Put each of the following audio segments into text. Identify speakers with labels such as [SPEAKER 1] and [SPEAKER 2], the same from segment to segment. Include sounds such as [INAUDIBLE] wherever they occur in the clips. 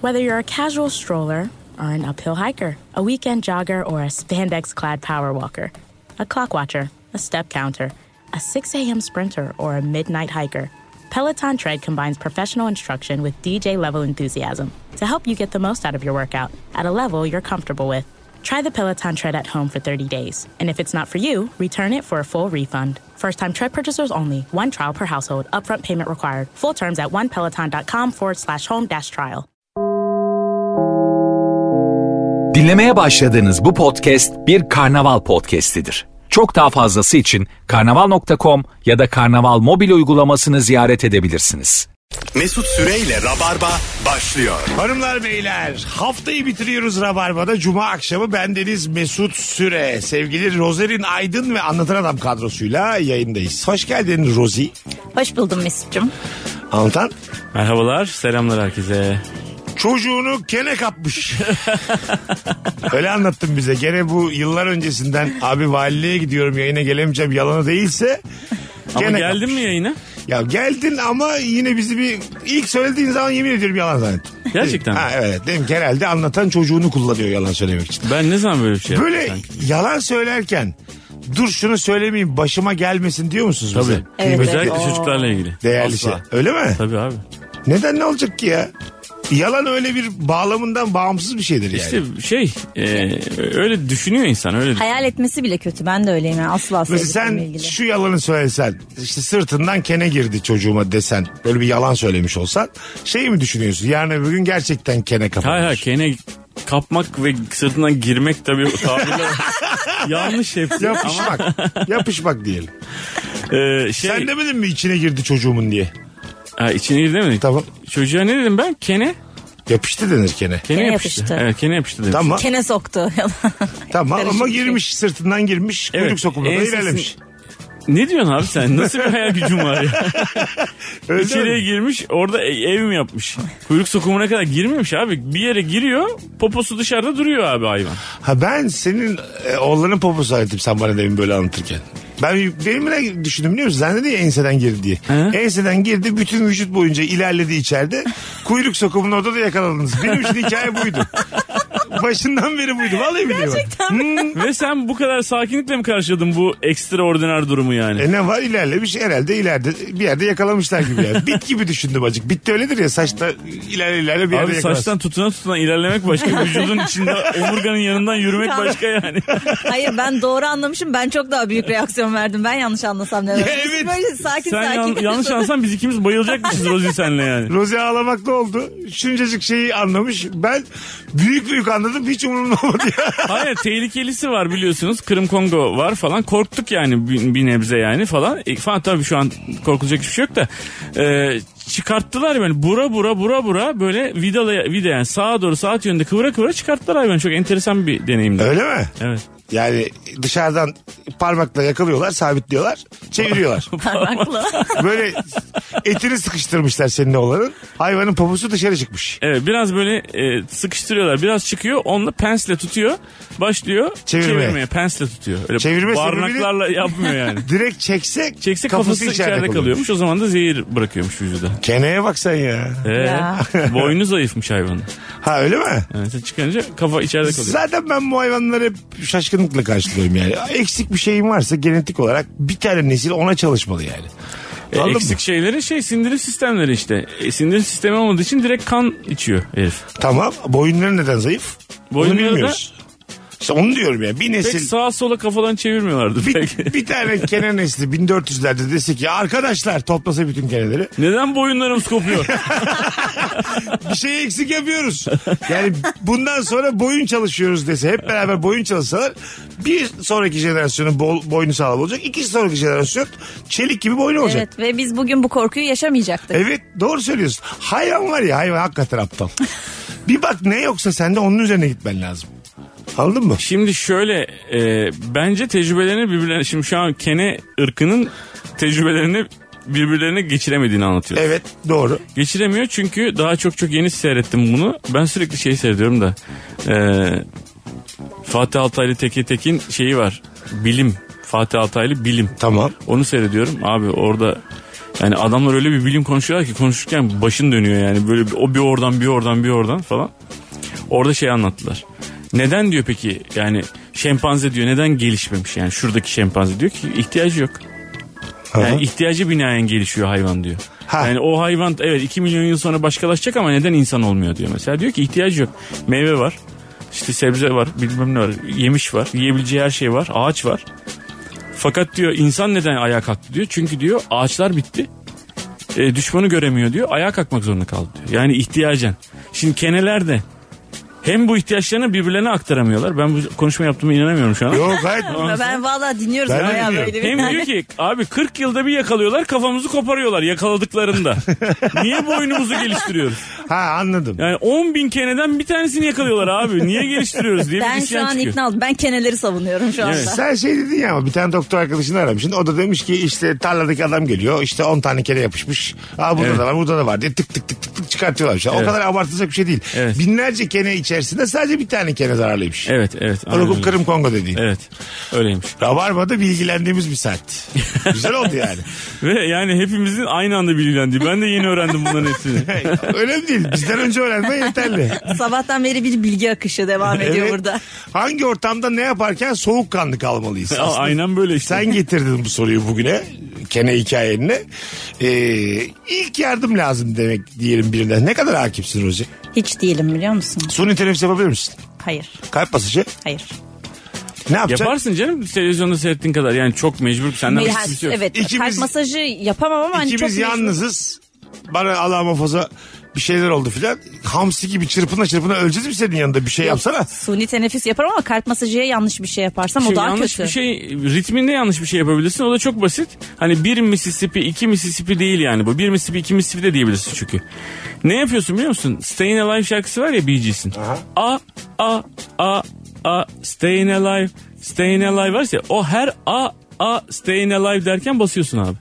[SPEAKER 1] Whether you're a casual stroller or an uphill hiker, a weekend jogger or a spandex clad power walker, a clock watcher, a step counter, a 6 a.m. sprinter, or a midnight hiker, Peloton Tread combines professional instruction with DJ level enthusiasm to help you get the most out of your workout at a level you're comfortable with. Try the Peloton Tread at home for 30 days, and if it's not for you, return it for a full refund. First time tread purchasers only, one trial per household, upfront payment required. Full terms at onepeloton.com forward slash home dash trial.
[SPEAKER 2] Dinlemeye başladığınız bu podcast bir karnaval podcastidir. Çok daha fazlası için karnaval.com ya da karnaval mobil uygulamasını ziyaret edebilirsiniz.
[SPEAKER 3] Mesut Süreyle Rabarba başlıyor.
[SPEAKER 4] Hanımlar beyler haftayı bitiriyoruz Rabarba'da. Cuma akşamı bendeniz Mesut Süre. Sevgili Rozerin Aydın ve Anlatan Adam kadrosuyla yayındayız. Hoş geldin Rozi.
[SPEAKER 5] Hoş buldum Mesut'cum.
[SPEAKER 4] Anlatan
[SPEAKER 6] Merhabalar, selamlar herkese.
[SPEAKER 4] çocuğunu gene
[SPEAKER 6] [LAUGHS]
[SPEAKER 4] kapmış. Öyle anlattın bize. Gene bu yıllar öncesinden abi valiliğe gidiyorum yayına gelemeyeceğim yalanı değilse.
[SPEAKER 6] Ama
[SPEAKER 4] gene
[SPEAKER 6] geldin
[SPEAKER 4] kapmış. [LAUGHS]
[SPEAKER 6] mi yayına?
[SPEAKER 4] Ya geldin ama yine bizi bir ilk söylediğin zaman yemin ediyorum yalan zannettim.
[SPEAKER 6] Gerçekten mi?
[SPEAKER 4] Ha evet. Dedim ki herhalde anlatan çocuğunu kullanıyor yalan söylemek için.
[SPEAKER 6] Ben ne zaman böyle bir şey
[SPEAKER 4] Böyle
[SPEAKER 6] yaptım sanki?
[SPEAKER 4] yalan söylerken dur şunu söylemeyeyim başıma gelmesin diyor musunuz bize?
[SPEAKER 6] Tabii.
[SPEAKER 5] Evet,
[SPEAKER 6] Özellikle
[SPEAKER 5] evet.
[SPEAKER 6] çocuklarla ilgili.
[SPEAKER 4] Değerli
[SPEAKER 6] Asla.
[SPEAKER 4] şey. Öyle mi?
[SPEAKER 6] Tabii abi.
[SPEAKER 4] Neden ne olacak ki ya? Yalan öyle bir bağlamından bağımsız bir şeydir yani.
[SPEAKER 6] İşte şey, e, öyle düşünüyor insan. Öyle
[SPEAKER 5] Hayal etmesi bile kötü. Ben de öyleyim. Yani. Asla
[SPEAKER 4] Mesela
[SPEAKER 5] sevdiklerimle
[SPEAKER 4] sen
[SPEAKER 5] ilgili.
[SPEAKER 4] şu yalanı söylesen işte sırtından kene girdi çocuğuma desen böyle bir yalan söylemiş olsan şey mi düşünüyorsun yarın öbür gün gerçekten kene kapanmış.
[SPEAKER 6] Hayır hayır, kene kapmak ve sırtından girmek tabii o
[SPEAKER 4] [LAUGHS]
[SPEAKER 6] tabirle yanlış hepsi. Ama, [LAUGHS]
[SPEAKER 4] Yapışmak. yapışmak diyelim.
[SPEAKER 6] e, şey,
[SPEAKER 4] Sen demedin mi içine girdi çocuğumun diye?
[SPEAKER 6] ha, içine girdi mi?
[SPEAKER 4] Tamam.
[SPEAKER 6] Çocuğa ne dedim ben? Kene.
[SPEAKER 4] Yapıştı denir kene.
[SPEAKER 6] Kene,
[SPEAKER 5] Kene
[SPEAKER 6] yapıştı.
[SPEAKER 5] yapıştı.
[SPEAKER 6] Evet, kene yapıştı dedim.
[SPEAKER 4] Tamam.
[SPEAKER 5] Kene soktu. [LAUGHS]
[SPEAKER 4] Tamam
[SPEAKER 5] Karışık
[SPEAKER 4] ama
[SPEAKER 5] bir şey.
[SPEAKER 4] girmiş sırtından girmiş
[SPEAKER 6] Evet,
[SPEAKER 4] kuyruk sokumuna da
[SPEAKER 6] ensesin-
[SPEAKER 4] ilerlemiş.
[SPEAKER 6] Ne diyorsun abi sen? Nasıl bir hayal gücün var ya?
[SPEAKER 4] Öyle
[SPEAKER 6] İçeriye
[SPEAKER 4] mi?
[SPEAKER 6] girmiş orada e- ev mi yapmış? Kuyruk sokumuna kadar girmemiş abi. Bir yere giriyor poposu dışarıda duruyor abi hayvan.
[SPEAKER 4] Ha ben senin e, oğlanın poposu zannettim sen bana demin böyle anlatırken. Ben benim ne düşündüm biliyor musun? Zannedi ya enseden girdi diye. Enseden girdi bütün vücut boyunca ilerledi içeride. Kuyruk sokumunun orada da yakalandınız. Benim için hikaye buydu. Başından beri buydu. Vallahi Hmm. biliyorum.
[SPEAKER 6] Ve sen bu kadar sakinlikle mi karşıladın bu ekstraordiner durumu yani?
[SPEAKER 4] E ne var ilerlemiş herhalde ileride bir yerde yakalamışlar gibi yani. Bit gibi düşündüm acık. Bit de öyledir ya saçta ilerle ilerle bir yerde
[SPEAKER 6] Abi
[SPEAKER 4] yakalarsın.
[SPEAKER 6] saçtan tutuna tutuna ilerlemek başka, vücudun
[SPEAKER 4] [LAUGHS]
[SPEAKER 6] içinde omurganın yanından yürümek başka yani.
[SPEAKER 5] Hayır ben doğru anlamışım. Ben çok daha büyük reaksiyon verdim. Ben yanlış anlasam ne var?
[SPEAKER 4] Ya
[SPEAKER 5] Biz
[SPEAKER 4] [LAUGHS] evet.
[SPEAKER 5] Böyle sakin
[SPEAKER 6] Sen
[SPEAKER 5] sakin.
[SPEAKER 6] yan- yanlış anlasan biz ikimiz bayılacakmışız Rozi senle yani.
[SPEAKER 4] Rozi ağlamaklı oldu. Şuncacık şeyi anlamış. Ben büyük büyük anladım. Hiç umurumda olmadı ya.
[SPEAKER 6] [LAUGHS] Hayır tehlikelisi var biliyorsunuz. Kırım Kongo var falan. Korktuk yani bir, bir nebze yani falan. E, falan tabii şu an korkulacak hiçbir şey yok da. E, çıkarttılar yani bura bura bura bura böyle vidalaya vida yani sağa doğru saat yönünde kıvıra kıvıra çıkarttılar hayvanı. Çok enteresan bir deneyimdi.
[SPEAKER 4] Öyle mi?
[SPEAKER 6] Evet.
[SPEAKER 4] Yani dışarıdan parmakla yakalıyorlar, sabitliyorlar, çeviriyorlar.
[SPEAKER 6] [LAUGHS]
[SPEAKER 5] Parmakla.
[SPEAKER 4] [LAUGHS] Böyle etini sıkıştırmışlar senin oğlanın. Hayvanın poposu dışarı çıkmış.
[SPEAKER 6] Evet biraz böyle e, sıkıştırıyorlar. Biraz çıkıyor. Onunla pensle tutuyor. Başlıyor
[SPEAKER 4] Çevirmeye.
[SPEAKER 6] çevirmeye. Pensle tutuyor. Öyle
[SPEAKER 4] Çevirme
[SPEAKER 6] barnaklarla yapmıyor yani.
[SPEAKER 4] Direkt çekse,
[SPEAKER 6] Çekse kafası, içeride, kalıyormuş. O zaman da zehir bırakıyormuş vücuda.
[SPEAKER 4] Keneye bak sen ya.
[SPEAKER 6] Ee,
[SPEAKER 5] Ya.
[SPEAKER 6] boynu zayıfmış hayvanın.
[SPEAKER 4] Ha öyle mi?
[SPEAKER 6] Yani sen çıkınca kafa içeride kalıyor.
[SPEAKER 4] Zaten ben bu hayvanları hep şaşkınlıkla karşılıyorum yani. Eksik bir şeyim varsa genetik olarak bir tane nesil ona çalışmalı yani.
[SPEAKER 6] E,
[SPEAKER 4] Anladın
[SPEAKER 6] eksik
[SPEAKER 4] mı?
[SPEAKER 6] şeylerin şey sindirim sistemleri işte. E, sindirim sistemi olmadığı için direkt kan içiyor herif.
[SPEAKER 4] Tamam. Boyunları neden zayıf? Boyunları
[SPEAKER 6] Boyunları da-
[SPEAKER 4] bilmiyoruz. İşte onu diyorum ya. Bir
[SPEAKER 6] Pek
[SPEAKER 4] nesil
[SPEAKER 6] sağa sola kafadan çevirmiyorlardı
[SPEAKER 4] [LAUGHS]
[SPEAKER 6] pek.
[SPEAKER 4] bir, bir tane kene nesli 1400'lerde dese ki arkadaşlar toplasa bütün keneleri
[SPEAKER 6] Neden boyunlarımız
[SPEAKER 4] [LAUGHS]
[SPEAKER 6] kopuyor?
[SPEAKER 4] bir şey eksik yapıyoruz. Yani bundan sonra boyun çalışıyoruz dese hep beraber boyun çalışsalar bir sonraki jenerasyonun bol, boynu sağlam olacak. İki sonraki jenerasyon çelik gibi boynu olacak.
[SPEAKER 5] evet ve biz bugün bu korkuyu yaşamayacaktık.
[SPEAKER 4] Evet doğru söylüyorsun. Hayvan var ya hayvan hakikaten aptal. bir bak ne yoksa sende onun üzerine gitmen lazım. Anladın mı?
[SPEAKER 6] şimdi şöyle e, bence tecrübelerini birbirlerine şimdi şu an kene ırkının tecrübelerini birbirlerine geçiremediğini anlatıyor.
[SPEAKER 4] Evet doğru.
[SPEAKER 6] Geçiremiyor çünkü daha çok çok yeni seyrettim bunu. Ben sürekli şey seyrediyorum da. Ee, Fatih Altaylı Teke Tekin şeyi var. Bilim. Fatih Altaylı bilim.
[SPEAKER 4] Tamam.
[SPEAKER 6] Onu seyrediyorum. Abi orada Yani adamlar öyle bir bilim konuşuyorlar ki konuşurken başın dönüyor yani. Böyle bir- o bir oradan bir oradan bir oradan falan. Orada şey anlattılar. Neden diyor peki yani şempanze diyor neden gelişmemiş yani şuradaki şempanze diyor ki ihtiyacı yok.
[SPEAKER 4] Aha.
[SPEAKER 6] Yani ihtiyacı binaen gelişiyor hayvan diyor.
[SPEAKER 4] Ha.
[SPEAKER 6] Yani o hayvan evet 2 milyon yıl sonra başkalaşacak ama neden insan olmuyor diyor mesela. Diyor ki ihtiyacı yok. Meyve var. işte sebze var, bilmem ne var, yemiş var, yiyebileceği her şey var, ağaç var. Fakat diyor insan neden ayağa kalktı diyor. Çünkü diyor ağaçlar bitti. E, düşmanı göremiyor diyor. Ayağa kalkmak zorunda kaldı diyor. Yani ihtiyacen. Şimdi keneler de hem bu ihtiyaçlarını birbirlerine aktaramıyorlar. Ben bu konuşma yaptığıma inanamıyorum şu an.
[SPEAKER 4] Yok
[SPEAKER 6] [LAUGHS]
[SPEAKER 4] gayet
[SPEAKER 5] Ben valla dinliyoruz
[SPEAKER 4] Ben de
[SPEAKER 5] bayağı
[SPEAKER 4] dinliyorum.
[SPEAKER 5] böyle. bir-
[SPEAKER 6] Hem diyor ki abi 40 yılda bir yakalıyorlar kafamızı koparıyorlar yakaladıklarında. Niye bu oyunumuzu geliştiriyoruz?
[SPEAKER 4] ha anladım.
[SPEAKER 6] Yani 10 bin keneden bir tanesini yakalıyorlar abi. Niye geliştiriyoruz diye
[SPEAKER 5] [LAUGHS] ben
[SPEAKER 6] bir
[SPEAKER 5] şu
[SPEAKER 6] isyan
[SPEAKER 5] an
[SPEAKER 6] çıkıyor.
[SPEAKER 5] ikna oldum. Ben keneleri savunuyorum şu anda.
[SPEAKER 6] Evet.
[SPEAKER 4] Sen şey dedin ya ama bir tane doktor arkadaşını aramışsın. O da demiş ki işte tarladaki adam geliyor. İşte 10 tane kere yapışmış. Aa burada
[SPEAKER 6] Evet.
[SPEAKER 4] da var burada da var diye tık tık tık tık tık çıkartıyorlar. O
[SPEAKER 6] Evet.
[SPEAKER 4] kadar abartılacak bir şey değil.
[SPEAKER 6] Evet.
[SPEAKER 4] Binlerce kene içerisinde sadece bir tane kene zararlıymış.
[SPEAKER 6] Evet evet.
[SPEAKER 4] O da
[SPEAKER 6] aynen
[SPEAKER 4] bu
[SPEAKER 6] öyle.
[SPEAKER 4] Kırım Kongo dediğin.
[SPEAKER 6] Evet öyleymiş.
[SPEAKER 4] Rabarba'da bilgilendiğimiz bir
[SPEAKER 6] [LAUGHS]
[SPEAKER 4] saat. Güzel oldu yani.
[SPEAKER 6] Ve yani hepimizin aynı anda belirlendiği. Ben de yeni öğrendim bunların hepsini.
[SPEAKER 4] Önemli değil. Bizden önce öğrenmen yeterli.
[SPEAKER 5] [LAUGHS] Sabahtan beri bir bilgi akışı devam ediyor
[SPEAKER 4] Evet.
[SPEAKER 5] burada.
[SPEAKER 4] Hangi ortamda ne yaparken soğukkanlı kalmalıyız?
[SPEAKER 6] Ya,
[SPEAKER 4] Aslında
[SPEAKER 6] Aynen böyle işte.
[SPEAKER 4] Sen getirdin bu soruyu bugüne. Kene hikayenine. Ee, ilk yardım lazım demek diyelim birine. Ne kadar hakimsin Rozi?
[SPEAKER 5] Hiç değilim biliyor musun?
[SPEAKER 4] Suni teneffüs yapabilir misin?
[SPEAKER 5] Hayır.
[SPEAKER 4] Kalp basıcı.
[SPEAKER 5] Hayır.
[SPEAKER 4] Ne yapacaksın?
[SPEAKER 6] Yaparsın canım televizyonda seyrettiğin kadar. Yani çok mecbur senden
[SPEAKER 5] Biraz-
[SPEAKER 6] başka bir şey yok.
[SPEAKER 5] evet.
[SPEAKER 4] İkimiz-
[SPEAKER 5] kalp masajı yapamam ama hani çok
[SPEAKER 4] İkimiz
[SPEAKER 5] mecbur-
[SPEAKER 4] yalnızız. Bana Allah muhafaza bir şeyler oldu filan. Hamsi gibi çırpına çırpına öleceğiz mi senin yanında? Bir şey yapsana.
[SPEAKER 5] Suni teneffüs yaparım ama kalp masajıya yanlış bir şey yaparsam
[SPEAKER 6] Şey,
[SPEAKER 5] o daha
[SPEAKER 6] yanlış
[SPEAKER 5] kötü.
[SPEAKER 6] bir şey ritminde yanlış bir şey yapabilirsin. O da çok basit. Hani bir Mississippi, iki Mississippi değil yani bu. Bir Mississippi, iki Mississippi de diyebilirsin çünkü. Ne yapıyorsun biliyor musun? Stayin Alive şarkısı var ya Bee Gees'in. A, a, a, a, Stayin Alive, Stayin Alive varsa ya, o her a, a, Stayin Alive derken basıyorsun abi. E,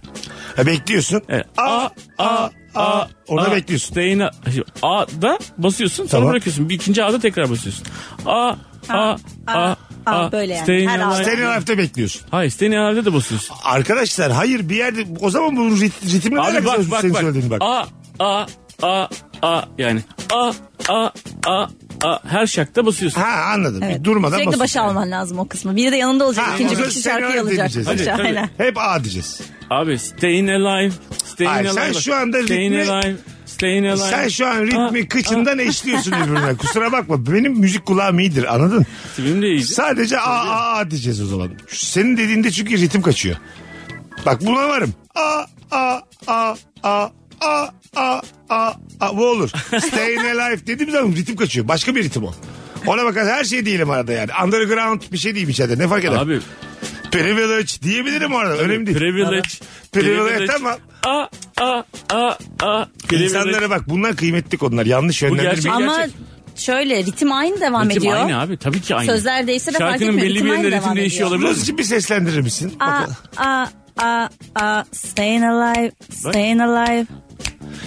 [SPEAKER 4] Ha, bekliyorsun.
[SPEAKER 6] Evet.
[SPEAKER 4] A, a, a. Orada bekliyorsun.
[SPEAKER 6] Stayin A- Şimdi A'da basıyorsun sonra
[SPEAKER 4] Tamam.
[SPEAKER 6] bırakıyorsun. Bir ikinci A'da tekrar basıyorsun. A, a, a, a,
[SPEAKER 5] a, böyle yani.
[SPEAKER 6] Stayin
[SPEAKER 5] Her
[SPEAKER 6] Alive.
[SPEAKER 5] A'da.
[SPEAKER 4] Senin harfte bekliyorsun.
[SPEAKER 6] Hayır Stayin Alive'de de basıyorsun.
[SPEAKER 4] Arkadaşlar hayır bir yerde o zaman bunun rit- ritimle
[SPEAKER 6] Abi
[SPEAKER 4] alakası
[SPEAKER 6] bak
[SPEAKER 4] yok
[SPEAKER 6] bak
[SPEAKER 4] senin
[SPEAKER 6] bak.
[SPEAKER 4] söylediğin bak.
[SPEAKER 6] A a a a yani a a a a her şakta basıyorsun.
[SPEAKER 4] Ha anladım. Bir
[SPEAKER 5] Evet.
[SPEAKER 4] durmadan
[SPEAKER 5] Sürekli
[SPEAKER 4] basıyorsun.
[SPEAKER 5] başa alman lazım o kısmı. Biri de yanında olacak.
[SPEAKER 4] Ha,
[SPEAKER 5] ikinci
[SPEAKER 4] o
[SPEAKER 5] bir
[SPEAKER 4] zaman
[SPEAKER 5] kişi
[SPEAKER 4] seni öyle
[SPEAKER 5] şarkıyı alacak.
[SPEAKER 4] dinleyeceğiz.
[SPEAKER 5] Başa,
[SPEAKER 6] Tabii,
[SPEAKER 5] aynen.
[SPEAKER 4] Hep A diyeceğiz.
[SPEAKER 6] Abi stayin alive. Stayin
[SPEAKER 4] Ay,
[SPEAKER 6] alive.
[SPEAKER 4] sen
[SPEAKER 6] bak.
[SPEAKER 4] şu anda
[SPEAKER 6] stayin
[SPEAKER 4] ritmi-
[SPEAKER 6] alive. Stayin alive.
[SPEAKER 4] Sen şu an
[SPEAKER 6] Aa,
[SPEAKER 4] ritmi
[SPEAKER 6] ah.
[SPEAKER 4] kıçından eşliyorsun birbirine. Kusura bakma. Benim müzik kulağım iyidir anladın?
[SPEAKER 6] Benim de iyiydi.
[SPEAKER 4] Sadece A A A diyeceğiz o zaman. Senin dediğinde çünkü ritim kaçıyor. Bak buna varım. A A A A A A A A bu olur. Staying Alive dediğim zaman ritim kaçıyor. Başka bir ritim o. Ona bakar her şey değilim arada yani. Underground bir şey diyeyim içeride. Ne fark eder?
[SPEAKER 6] Abi
[SPEAKER 4] Privilege diyebilirim orada. Önemli değil.
[SPEAKER 6] privilege.
[SPEAKER 4] Privilege, tamam.
[SPEAKER 6] A a a a. Privilege.
[SPEAKER 4] İnsanlara bak bunlar kıymetli konular. Yanlış
[SPEAKER 6] gerçek-
[SPEAKER 4] yönlendirmeyin.
[SPEAKER 5] Ama
[SPEAKER 6] Gerçek.
[SPEAKER 5] şöyle ritim aynı devam
[SPEAKER 6] Şey, Ritim
[SPEAKER 5] ediyor.
[SPEAKER 6] aynı abi tabii ki aynı.
[SPEAKER 5] Sözler değişse de fark
[SPEAKER 6] Şarkının
[SPEAKER 5] etmiyor,
[SPEAKER 6] belli
[SPEAKER 5] ritim
[SPEAKER 6] bir
[SPEAKER 5] aynı
[SPEAKER 6] yerinde ritim
[SPEAKER 5] devam
[SPEAKER 6] değişiyor
[SPEAKER 5] ediyor.
[SPEAKER 6] olabilir.
[SPEAKER 4] Nasıl bir seslendirir misin?
[SPEAKER 5] A
[SPEAKER 4] Bakalım.
[SPEAKER 5] a a a staying alive staying alive.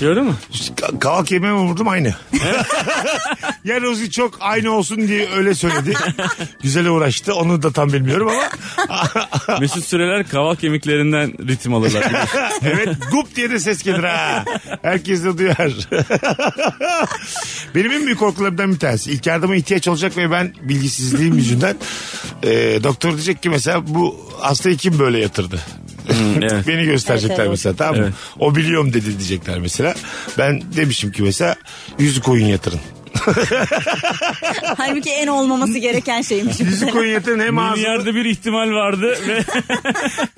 [SPEAKER 6] Gördün mü?
[SPEAKER 4] Ka- Kavak yemeğe vurdum aynı. [LAUGHS] ya Rozi çok aynı olsun diye öyle söyledi. Güzel uğraştı. Onu da tam bilmiyorum ama. [LAUGHS]
[SPEAKER 6] Mesut Süreler kaval kemiklerinden ritim alırlar.
[SPEAKER 4] [LAUGHS] evet gup diye de ses gelir ha. Herkes de duyar. Benim en büyük korkularımdan bir tanesi. İlk yardıma ihtiyaç olacak ve ben bilgisizliğim yüzünden e, doktor diyecek ki mesela bu hastayı kim böyle yatırdı?
[SPEAKER 6] evet.
[SPEAKER 4] Beni gösterecekler
[SPEAKER 5] Evet, evet.
[SPEAKER 4] mesela tamam mı?
[SPEAKER 6] Evet.
[SPEAKER 4] O biliyorum dedi diyecekler mesela. Ben demişim ki mesela yüzü koyun yatırın.
[SPEAKER 5] Halbuki en olmaması gereken şeymiş.
[SPEAKER 4] Yüzü koyun yatırın hem ağzını
[SPEAKER 6] Milyarda bir ihtimal vardı
[SPEAKER 4] [LAUGHS]
[SPEAKER 6] ve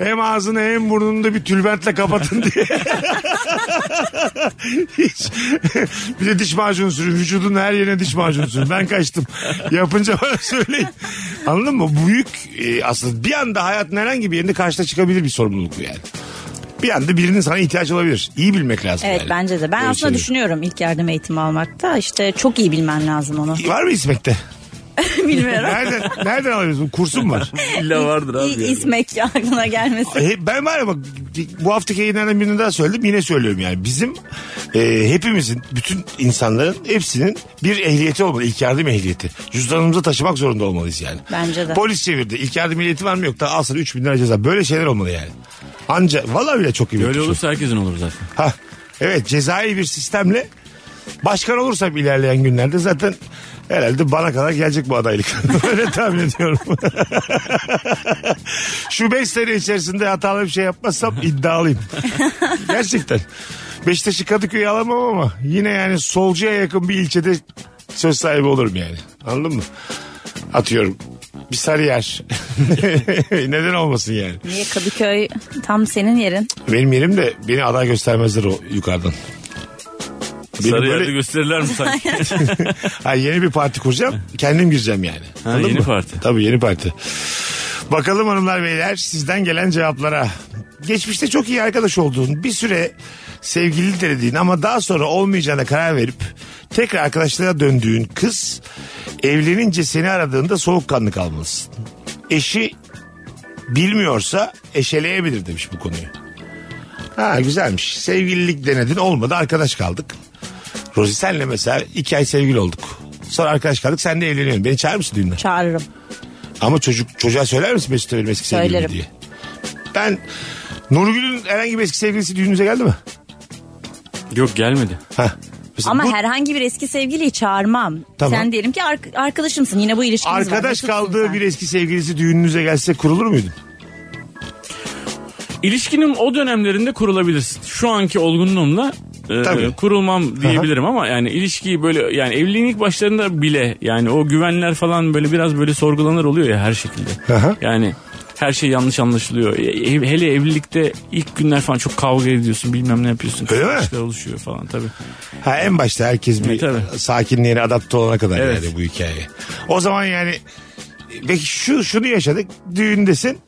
[SPEAKER 4] Hem ağzını hem burnunu da bir tülbentle kapatın diye. [LAUGHS] Hiç. bir de diş macunu sürün. Vücudun her yerine diş macunu sürün. Ben kaçtım. Yapınca bana söyleyin. Anladın mı? Büyük e, aslında bir anda hayatın herhangi bir yerinde karşına çıkabilir bir sorumluluk bu yani. Bir anda birinin sana ihtiyacı olabilir. İyi bilmek lazım
[SPEAKER 5] [LAUGHS] Evet
[SPEAKER 4] yani.
[SPEAKER 5] bence de. Ben
[SPEAKER 4] Böyle
[SPEAKER 6] şey.
[SPEAKER 5] aslında
[SPEAKER 4] şeyleri.
[SPEAKER 5] düşünüyorum ilk yardım eğitimi almakta. İşte çok iyi bilmen lazım onu. [LAUGHS]
[SPEAKER 4] Var mı İsmek'te?
[SPEAKER 5] Bilmiyorum.
[SPEAKER 4] Nereden, nereden alıyorsun? Kursum var.
[SPEAKER 6] İlla şey vardır abi.
[SPEAKER 5] İlk
[SPEAKER 6] yani.
[SPEAKER 5] ismek [LAUGHS] aklına gelmesin.
[SPEAKER 4] E, Ben var ya bak bu haftaki yayınlardan birini daha söyledim yine söylüyorum yani bizim e, hepimizin bütün insanların hepsinin bir ehliyeti olmalı ilk yardım ehliyeti cüzdanımıza taşımak zorunda olmalıyız yani.
[SPEAKER 5] Bence de.
[SPEAKER 4] Polis çevirdi ilk yardım ehliyeti var mı yok da alsın 3000 lira ceza böyle şeyler olmalı yani. Anca valla bile çok iyi. bir şey.
[SPEAKER 6] Böyle
[SPEAKER 4] tutum.
[SPEAKER 6] olursa herkesin olur zaten.
[SPEAKER 4] Ha, evet cezai bir sistemle başkan olursam ilerleyen günlerde zaten herhalde bana kadar gelecek bu adaylık. [LAUGHS] Öyle tahmin ediyorum. [LAUGHS] Şu 5 sene içerisinde hatalı bir şey yapmazsam iddialıyım. Gerçekten. Beşiktaş'ı Kadıköy'ü alamam ama yine yani solcuya yakın bir ilçede söz sahibi olurum yani. Anladın mı? Atıyorum. Bir Sarıyer. [LAUGHS] Neden olmasın yani?
[SPEAKER 5] Niye Kadıköy tam senin yerin?
[SPEAKER 4] Benim yerim de beni aday göstermezler o yukarıdan. Beni
[SPEAKER 6] Sarı
[SPEAKER 4] böyle-
[SPEAKER 6] yerde gösterirler mi sanki?
[SPEAKER 4] Ha, yeni bir parti kuracağım. Kendim gireceğim yani. [LAUGHS]
[SPEAKER 6] Ha,
[SPEAKER 4] Anladın
[SPEAKER 6] yeni
[SPEAKER 4] mı?
[SPEAKER 6] parti.
[SPEAKER 4] Tabii yeni parti. Bakalım hanımlar beyler sizden gelen cevaplara. Geçmişte çok iyi arkadaş olduğun bir süre sevgili dediğin ama daha sonra olmayacağına karar verip tekrar arkadaşlara döndüğün kız evlenince seni aradığında soğukkanlı kalmalısın. Eşi bilmiyorsa eşeleyebilir demiş bu konuyu. Ha güzelmiş. Sevgililik denedin olmadı arkadaş kaldık. Rozi senle mesela iki ay sevgili olduk. Sonra arkadaş kaldık sen de evleniyorsun. Beni çağırır mısın düğüne?
[SPEAKER 5] Çağırırım.
[SPEAKER 4] Ama çocuk çocuğa söyler misin Mesut benim eski sevgilim
[SPEAKER 5] Söylerim.
[SPEAKER 4] diye? Ben Nurgül'ün herhangi bir eski sevgilisi düğünüze geldi mi?
[SPEAKER 6] Yok gelmedi.
[SPEAKER 4] Ha. Mesela
[SPEAKER 5] Ama
[SPEAKER 4] bu
[SPEAKER 5] herhangi bir eski sevgiliyi çağırmam.
[SPEAKER 4] Tamam.
[SPEAKER 5] Sen diyelim ki ar- arkadaşımsın. Yine bu ilişkiniz var.
[SPEAKER 4] arkadaş
[SPEAKER 5] Mesutsun
[SPEAKER 4] kaldığı
[SPEAKER 5] sen.
[SPEAKER 4] bir eski sevgilisi düğününüze gelse kurulur muydun?
[SPEAKER 6] İlişkinin o dönemlerinde kurulabilirsin. Şu anki olgunluğumla e,
[SPEAKER 4] Tabii.
[SPEAKER 6] kurulmam diyebilirim ama yani ilişkiyi böyle yani evliliğin ilk başlarında bile yani o güvenler falan böyle biraz böyle sorgulanır oluyor ya her şekilde.
[SPEAKER 4] Aha.
[SPEAKER 6] Yani her şey yanlış anlaşılıyor. E, ev- Hele evlilikte ilk günler falan çok kavga ediyorsun bilmem ne yapıyorsun.
[SPEAKER 4] Öyle mi?
[SPEAKER 6] Kıskançlıklar oluşuyor falan tabii.
[SPEAKER 4] Ha en başta herkes bir
[SPEAKER 6] E, tabii.
[SPEAKER 4] sakinliğine adapte olana kadar
[SPEAKER 6] Evet.
[SPEAKER 4] yani bu hikaye. O zaman yani peki şu şunu yaşadık düğündesin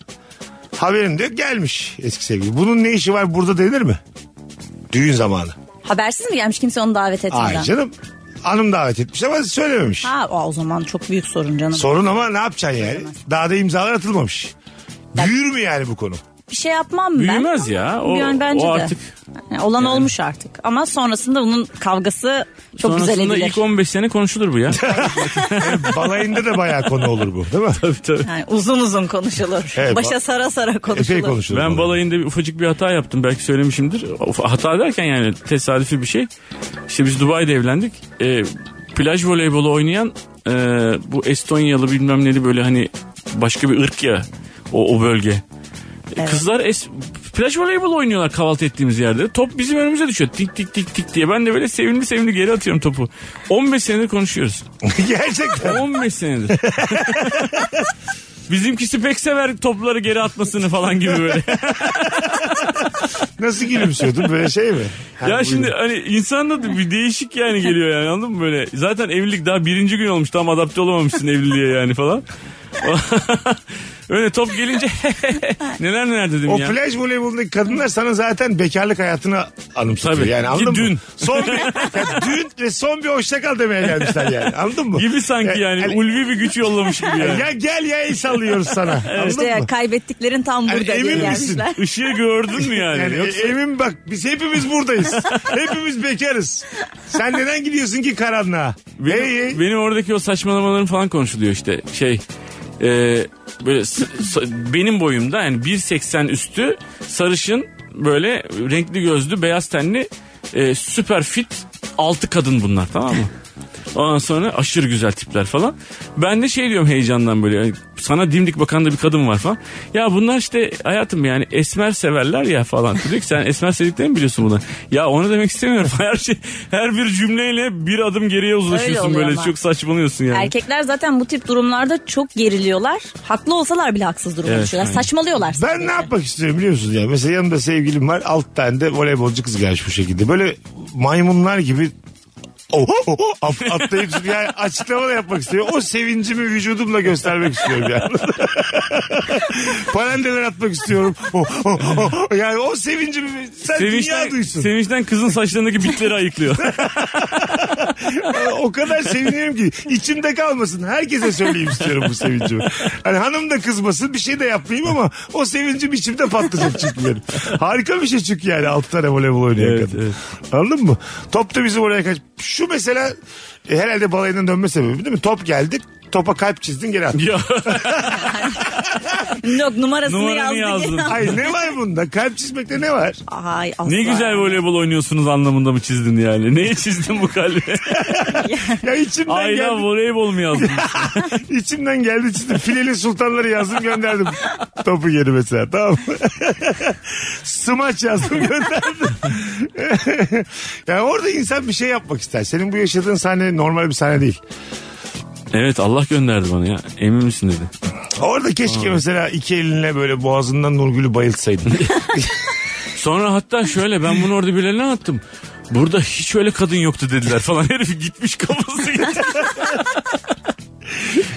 [SPEAKER 4] haberin diyor gelmiş eski sevgili. Bunun ne işi var burada denir mi? Düğün zamanı.
[SPEAKER 5] Habersiz mi gelmiş kimse onu davet etmeden?
[SPEAKER 4] Ay canım hanım davet etmiş ama söylememiş.
[SPEAKER 5] Ha o zaman çok büyük sorun canım.
[SPEAKER 4] Sorun ama ne yapacaksın yani? Daha da imzalar atılmamış. Büyür mü yani bu konu?
[SPEAKER 5] bir şey yapmam ben.
[SPEAKER 6] Büyümez ya. O-
[SPEAKER 5] Yani bence
[SPEAKER 6] o
[SPEAKER 5] de.
[SPEAKER 6] artık-
[SPEAKER 5] Yani olan olmuş artık. Ama sonrasında bunun kavgası çok güzel
[SPEAKER 6] Sonrasında
[SPEAKER 5] edilir.
[SPEAKER 6] ilk 15 sene
[SPEAKER 4] [LAUGHS]
[SPEAKER 6] konuşulur bu ya.
[SPEAKER 4] Balayında da bayağı konu olur bu değil mi?
[SPEAKER 6] tabii tabii.
[SPEAKER 5] Yani uzun uzun konuşulur.
[SPEAKER 4] Evet, ba-
[SPEAKER 5] Başa sara sara konuşulur.
[SPEAKER 4] Epey konuşulur.
[SPEAKER 6] Ben
[SPEAKER 4] Vallahi.
[SPEAKER 6] balayında bir ufacık bir hata yaptım. Belki söylemişimdir. Of, Hata derken yani tesadüfi bir şey. İşte biz Dubai'de evlendik. Ee, plaj voleybolu oynayan e, bu Estonyalı bilmem neli böyle hani başka bir ırk ya o, o bölge. E, Kızlar es, plaj voleybolu oynuyorlar kahvaltı ettiğimiz yerde. Top bizim önümüze düşüyor. Tik tik tik tik diye. Ben de böyle sevimli sevimli geri atıyorum topu. 15 senedir konuşuyoruz.
[SPEAKER 4] [LAUGHS] Gerçekten.
[SPEAKER 6] 15 senedir. Bizimkisi pek sever topları geri atmasını falan gibi böyle.
[SPEAKER 4] Nasıl gülümsüyordun böyle şey mi? Ha,
[SPEAKER 6] Ya
[SPEAKER 4] buyurun.
[SPEAKER 6] şimdi hani insan da bir değişik yani geliyor yani anladın mı böyle? Zaten evlilik daha birinci gün olmuş tam adapte olamamışsın evliliğe yani falan. [LAUGHS] Öyle top gelince [LAUGHS] neler neler dedim
[SPEAKER 4] O
[SPEAKER 6] ya.
[SPEAKER 4] plaj voleybolundaki kadınlar sana zaten bekarlık hayatını anımsatıyor.
[SPEAKER 6] Tabii.
[SPEAKER 4] Yani
[SPEAKER 6] Ki
[SPEAKER 4] anladın mı?
[SPEAKER 6] dün.
[SPEAKER 4] Son bir, Ya dün ve son bir hoşça kal demeye gelmişler yani. Anladın mı?
[SPEAKER 6] gibi sanki
[SPEAKER 4] Ya-
[SPEAKER 6] yani
[SPEAKER 4] hani-
[SPEAKER 6] ulvi bir güç yollamış gibi yani.
[SPEAKER 4] Ya gel ya el sallıyoruz sana.
[SPEAKER 5] İşte
[SPEAKER 4] Anladın
[SPEAKER 5] ya,
[SPEAKER 4] mı?
[SPEAKER 5] kaybettiklerin tam
[SPEAKER 4] Yani
[SPEAKER 5] burada diye
[SPEAKER 4] emin misin?
[SPEAKER 5] gelmişler.
[SPEAKER 6] Işığı gördün mü yani?
[SPEAKER 4] Yani
[SPEAKER 6] Yoksa-
[SPEAKER 4] e- emin bak biz hepimiz
[SPEAKER 6] [LAUGHS]
[SPEAKER 4] buradayız. hepimiz bekarız. Sen neden gidiyorsun ki karanlığa?
[SPEAKER 6] Benim,
[SPEAKER 4] Hey, hey.
[SPEAKER 6] benim oradaki o saçmalamalarım falan konuşuluyor işte. Şey e, böyle s- s- benim boyumda yani 1.80 üstü sarışın böyle renkli gözlü beyaz tenli e, süper fit altı kadın bunlar tamam mı? Ondan sonra aşırı güzel tipler falan. Ben de şey diyorum heyecandan böyle. yani Sana dimdik bakan da bir kadın var falan. Ya bunlar işte hayatım yani esmer severler ya falan. [LAUGHS] Diyor ki sen esmer sevdiklerini mi biliyorsun bunu. Ya onu demek istemiyorum. [LAUGHS] Her şey her bir cümleyle bir adım geriye uzlaşıyorsun
[SPEAKER 5] oluyor
[SPEAKER 6] böyle.
[SPEAKER 5] ama.
[SPEAKER 6] Çok saçmalıyorsun yani.
[SPEAKER 5] Erkekler zaten bu tip durumlarda çok geriliyorlar. Haklı olsalar bile haksız duruma
[SPEAKER 6] Evet,
[SPEAKER 5] düşüyorlar.
[SPEAKER 6] aynen.
[SPEAKER 5] Saçmalıyorlar.
[SPEAKER 4] Ben ne yapmak istiyorum biliyor musunuz ya? Mesela yanımda sevgilim var. Alt tane de voleybolcu kız gelmiş bu şekilde. Böyle maymunlar gibi Oh, oh, oh, at- atlayıp [LAUGHS] yani açıklama da yapmak istiyor. O sevincimi vücudumla göstermek istiyorum yani. [LAUGHS] Parandeler atmak istiyorum. Oh, oh, oh. Yani o sevincimi sen dünya
[SPEAKER 6] Sevinçten,
[SPEAKER 4] duysun. [LAUGHS]
[SPEAKER 6] sevinçten kızın saçlarındaki bitleri ayıklıyor.
[SPEAKER 4] o kadar seviniyorum ki içimde kalmasın. Herkese söyleyeyim istiyorum bu sevincimi. Hani hanım da kızmasın bir şey de yapmayayım ama o sevincim içimde patlayacak çünkü benim. Harika bir şey çünkü yani altı tane voleybol oynayan
[SPEAKER 6] Evet,
[SPEAKER 4] kadın.
[SPEAKER 6] evet.
[SPEAKER 4] Anladın mı? Top da bizim oraya kaç. Şu mesela e, herhalde balayından dönme sebebi değil mi? Top geldi topa kalp çizdin
[SPEAKER 6] [LAUGHS]
[SPEAKER 4] geri attın.
[SPEAKER 6] Ya
[SPEAKER 5] [LAUGHS] Yok numarasını,
[SPEAKER 6] Numaranı
[SPEAKER 5] yazdı.
[SPEAKER 6] yazdın.
[SPEAKER 4] Ay ne var bunda? Kalp çizmekte ne var?
[SPEAKER 5] Ay, asla.
[SPEAKER 6] ne güzel voleybol oynuyorsunuz anlamında mı çizdin yani? Neye çizdin
[SPEAKER 4] [LAUGHS]
[SPEAKER 6] bu kalbi?
[SPEAKER 4] Ya içimden
[SPEAKER 6] Ayla
[SPEAKER 4] geldi.
[SPEAKER 6] voleybol
[SPEAKER 4] [LAUGHS]
[SPEAKER 6] mu yazdın?
[SPEAKER 4] İçimden geldi çizdim. Fileli sultanları yazdım gönderdim. Topu geri mesela tamam mı? [LAUGHS] Smaç yazdım gönderdim. [LAUGHS] yani orada insan bir şey yapmak ister. Senin bu yaşadığın sahne normal bir sahne değil.
[SPEAKER 6] evet Allah gönderdi bana ya. Emin misin dedi.
[SPEAKER 4] Orada
[SPEAKER 5] Hmm.
[SPEAKER 4] keşke mesela iki eline böyle boğazından Nurgül'ü
[SPEAKER 5] [LAUGHS]
[SPEAKER 4] bayıltsaydın.
[SPEAKER 6] Sonra hatta şöyle ben bunu orada birilerine anlattım. Burada hiç öyle kadın yoktu dediler falan. [LAUGHS] Herif gitmiş kafası
[SPEAKER 4] [LAUGHS]
[SPEAKER 6] gitmiş.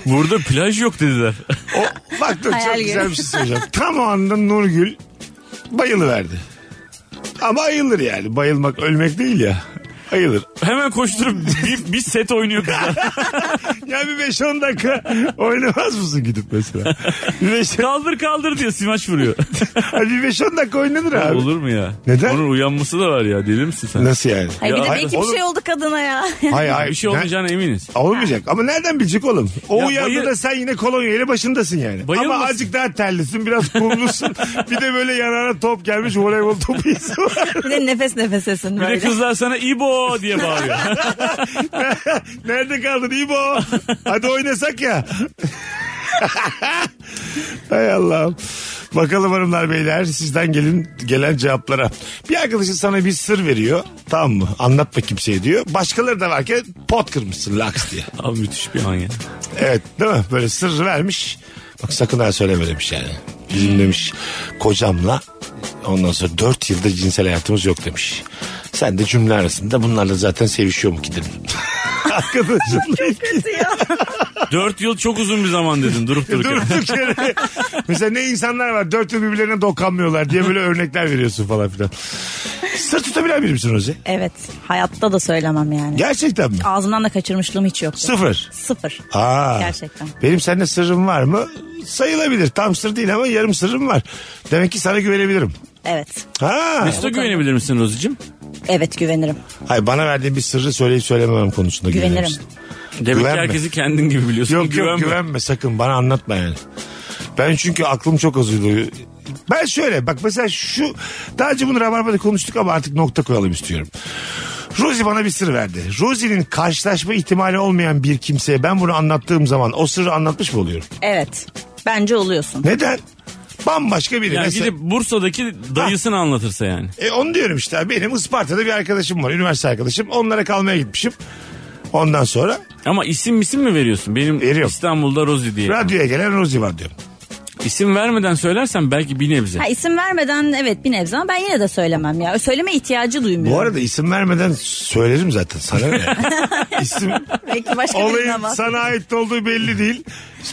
[SPEAKER 6] Burada plaj yok dediler.
[SPEAKER 4] o, bak dur çok
[SPEAKER 5] Hayal
[SPEAKER 4] güzel
[SPEAKER 5] görüyorum.
[SPEAKER 4] bir şey söyleyeceğim. Tam o anda Nurgül bayılıverdi. Ama ayılır yani. Bayılmak ölmek değil ya. Ayılır.
[SPEAKER 6] Hemen koşturup bir, bir set oynuyor kızlar.
[SPEAKER 4] Ya bir 5-10 dakika oynamaz mısın gidip mesela? Bir 5
[SPEAKER 6] kaldır kaldır diye simaç vuruyor.
[SPEAKER 4] Ay bir 5-10 dakika oynanır abi.
[SPEAKER 6] Olur mu ya?
[SPEAKER 4] Neden?
[SPEAKER 6] Onun uyanması da var ya deli misin sen?
[SPEAKER 4] Nasıl yani?
[SPEAKER 5] Ay, bir
[SPEAKER 6] Ya,
[SPEAKER 5] de
[SPEAKER 6] hayır,
[SPEAKER 5] belki bir şey oldu kadına ya. [LAUGHS]
[SPEAKER 4] Hayır hayır.
[SPEAKER 6] Bir şey olmayacağına eminiz.
[SPEAKER 4] Ne- Olmayacak ama nereden bilecek oğlum? O
[SPEAKER 6] Ya
[SPEAKER 4] uyandı
[SPEAKER 6] bayı-
[SPEAKER 4] da sen yine kolonya ile başındasın yani.
[SPEAKER 6] Bayılmasın.
[SPEAKER 4] Ama azıcık daha terlisin biraz
[SPEAKER 6] [LAUGHS]
[SPEAKER 4] kumlusun. bir de böyle yanağına top gelmiş voleybol topu izi var.
[SPEAKER 5] Bir de nefes nefesesin
[SPEAKER 6] Bir de
[SPEAKER 5] böyle.
[SPEAKER 6] kızlar sana İbo diye bağırıyor.
[SPEAKER 4] [LAUGHS] Nerede kaldın İbo? Hadi oynasak ya. Hay Allah'ım. Bakalım hanımlar beyler sizden gelin gelen cevaplara. Bir arkadaşın sana bir sır veriyor. Tamam mı? Anlatma kimseye diyor. Başkaları da varken pot kırmışsın laks diye.
[SPEAKER 6] Abi müthiş bir an ya.
[SPEAKER 4] Evet değil mi? Böyle sır vermiş. Bak sakın ha söyleme demiş yani. Bizim demiş kocamla ondan sonra dört yılda cinsel hayatımız yok demiş. Sen de cümle arasında bunlarla zaten sevişiyor mu ki [LAUGHS] dedim. Arkadaşım.
[SPEAKER 6] Dört yıl çok uzun bir zaman dedin durup dururken.
[SPEAKER 4] Durduk yere. Mesela ne insanlar var dört yıl birbirlerine dokanmıyorlar diye böyle örnekler veriyorsun falan filan. Sır tutabilen biri misin Rozi?
[SPEAKER 5] Evet hayatta da söylemem yani.
[SPEAKER 4] Gerçekten mi?
[SPEAKER 5] Ağzımdan da kaçırmışlığım hiç yok.
[SPEAKER 4] Sıfır.
[SPEAKER 5] Sıfır.
[SPEAKER 4] Aa,
[SPEAKER 5] Gerçekten.
[SPEAKER 4] Benim seninle sırrım var mı? Sayılabilir. Tam sır değil ama yarım sırrım var. Demek ki sana güvenebilirim.
[SPEAKER 5] Evet.
[SPEAKER 4] Ha.
[SPEAKER 6] Mesut'a güvenebilir misin Rozi'cim?
[SPEAKER 5] Evet güvenirim.
[SPEAKER 4] Hayır bana verdiğin bir sırrı söyleyip söylememem konusunda
[SPEAKER 5] Güvenirim.
[SPEAKER 4] güvenirsin.
[SPEAKER 6] Demek
[SPEAKER 4] Güvenme.
[SPEAKER 6] ki herkesi kendin gibi biliyorsun.
[SPEAKER 4] Yok
[SPEAKER 6] Güvenme.
[SPEAKER 4] yok güvenme sakın bana anlatma yani. Ben çünkü aklım çok azıydı. Ben şöyle bak mesela şu daha önce bunu Rabarba'da konuştuk ama artık nokta koyalım istiyorum. Rosie bana bir sır verdi. Rosie'nin karşılaşma ihtimali olmayan bir kimseye ben bunu anlattığım zaman o sırrı anlatmış mı oluyorum?
[SPEAKER 5] Evet. Bence oluyorsun.
[SPEAKER 4] Neden? Bambaşka biri.
[SPEAKER 6] Yani
[SPEAKER 4] Mesela-
[SPEAKER 6] gidip Bursa'daki dayısını anlatırsa yani.
[SPEAKER 4] E onu diyorum işte. Benim Isparta'da bir arkadaşım var. Üniversite arkadaşım. Onlara kalmaya gitmişim. Ondan sonra
[SPEAKER 6] Ama isim isim mi veriyorsun? Benim
[SPEAKER 4] Veriyorum.
[SPEAKER 6] İstanbul'da Rozi diye.
[SPEAKER 4] radyoya gelen Rosie var diyorum.
[SPEAKER 6] İsim vermeden söylersen belki bir nebze.
[SPEAKER 5] Ha, isim vermeden evet bir nebze ama ben yine de söylemem ya. Söyleme ihtiyacı duymuyorum.
[SPEAKER 4] Bu arada isim vermeden söylerim zaten. Sana
[SPEAKER 5] [LAUGHS]
[SPEAKER 4] ne? isim
[SPEAKER 5] Belki başka birine
[SPEAKER 4] olayın
[SPEAKER 5] bak.
[SPEAKER 4] sana ait olduğu belli değil.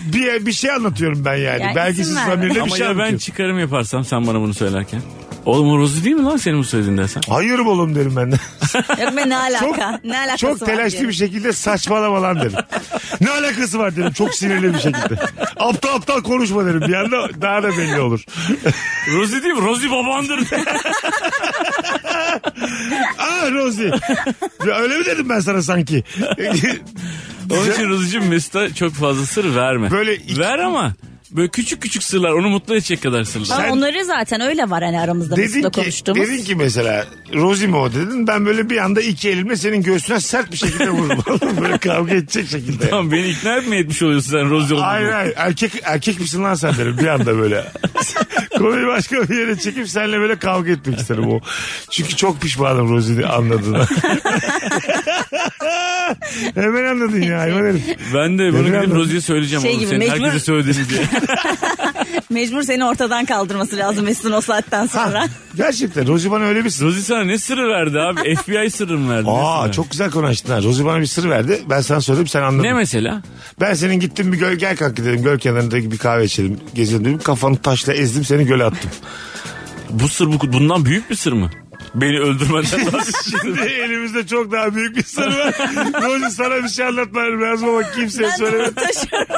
[SPEAKER 4] Bir, bir şey anlatıyorum ben yani.
[SPEAKER 5] Yani
[SPEAKER 4] Belki siz
[SPEAKER 5] isim verme.
[SPEAKER 4] Samir'le bir
[SPEAKER 6] Ama
[SPEAKER 4] şey
[SPEAKER 6] ya ben
[SPEAKER 4] anlatıyorum.
[SPEAKER 6] çıkarım yaparsam sen bana bunu söylerken. Oğlum o Rozi değil mi lan senin bu söylediğin dersen?
[SPEAKER 4] Hayır oğlum derim ben de.
[SPEAKER 5] Yok be ne alaka?
[SPEAKER 4] Çok,
[SPEAKER 5] ne alakası
[SPEAKER 4] çok
[SPEAKER 5] var
[SPEAKER 4] telaşlı
[SPEAKER 5] diye.
[SPEAKER 4] bir şey. şekilde saçmalama lan derim. ne alakası var derim. Çok sinirli bir şekilde. Aptal aptal konuşma derim. Bir anda daha da belli olur.
[SPEAKER 6] Rozi değil mi?
[SPEAKER 4] [LAUGHS]
[SPEAKER 6] Rozi babandır.
[SPEAKER 4] Aa Rosie. Ah Ya Öyle mi dedim ben sana sanki?
[SPEAKER 6] Onun için Rozi'cim Mesut'a çok fazla sır verme.
[SPEAKER 4] Böyle iki-
[SPEAKER 6] Ver ama böyle küçük küçük sırlar onu mutlu edecek kadar sırlar.
[SPEAKER 5] Ama
[SPEAKER 4] Sen-
[SPEAKER 5] onları zaten öyle var hani aramızda
[SPEAKER 4] dedin
[SPEAKER 5] Mesut'la
[SPEAKER 4] ki,
[SPEAKER 5] konuştuğumuz.
[SPEAKER 4] dedin ki mesela Rosie mi o dedin ben böyle bir anda iki elimle senin göğsüne sert bir şekilde
[SPEAKER 6] [LAUGHS]
[SPEAKER 4] vururum. böyle kavga edecek şekilde.
[SPEAKER 6] Tamam beni ikna mi etmiş oluyorsun sen Rozi olduğunu?
[SPEAKER 4] Hayır hayır erkek, erkek misin lan sen derim bir anda böyle. [LAUGHS] Konuyu başka bir yere çekip seninle böyle kavga etmek isterim o. Çünkü çok pişmanım Rosie'ni anladığına. [LAUGHS] Hemen anladın ya hayvan herif.
[SPEAKER 6] [LAUGHS] Ben de bunu
[SPEAKER 4] Neden
[SPEAKER 6] gidip
[SPEAKER 4] anladın?
[SPEAKER 6] Rozi'ye söyleyeceğim
[SPEAKER 5] Şey
[SPEAKER 6] oğlum.
[SPEAKER 5] gibi,
[SPEAKER 6] Senin
[SPEAKER 5] mecbur-
[SPEAKER 6] herkese söylediğini
[SPEAKER 5] [LAUGHS]
[SPEAKER 6] diye.
[SPEAKER 5] [LAUGHS] Mecbur seni ortadan kaldırması lazım Mesut'un o saatten sonra.
[SPEAKER 4] Gerçekten Rosie bana öyle bir
[SPEAKER 6] Rozi sana ne sırrı verdi abi?
[SPEAKER 5] [LAUGHS]
[SPEAKER 6] FBI sırrı mı verdi? Ne
[SPEAKER 4] Aa
[SPEAKER 6] sırrı?
[SPEAKER 4] çok güzel konuştun ha. Rozi bana bir sır verdi. Ben sana söyledim sen anladın.
[SPEAKER 6] Ne mesela?
[SPEAKER 4] Ben senin gittim bir göl gel kalk dedim. Göl kenarındaki bir kahve içelim.
[SPEAKER 6] [LAUGHS]
[SPEAKER 4] Gezelim dedim. Kafanı taşla ezdim seni göle attım.
[SPEAKER 6] Bu sır bu, bundan büyük bir sır mı? Beni
[SPEAKER 4] [LAUGHS]
[SPEAKER 6] öldürmeden
[SPEAKER 4] Şimdi elimizde çok daha büyük bir sır
[SPEAKER 6] [LAUGHS]
[SPEAKER 4] var. ne oldu sana bir şey anlatmam lazım ama kimseye söyleme.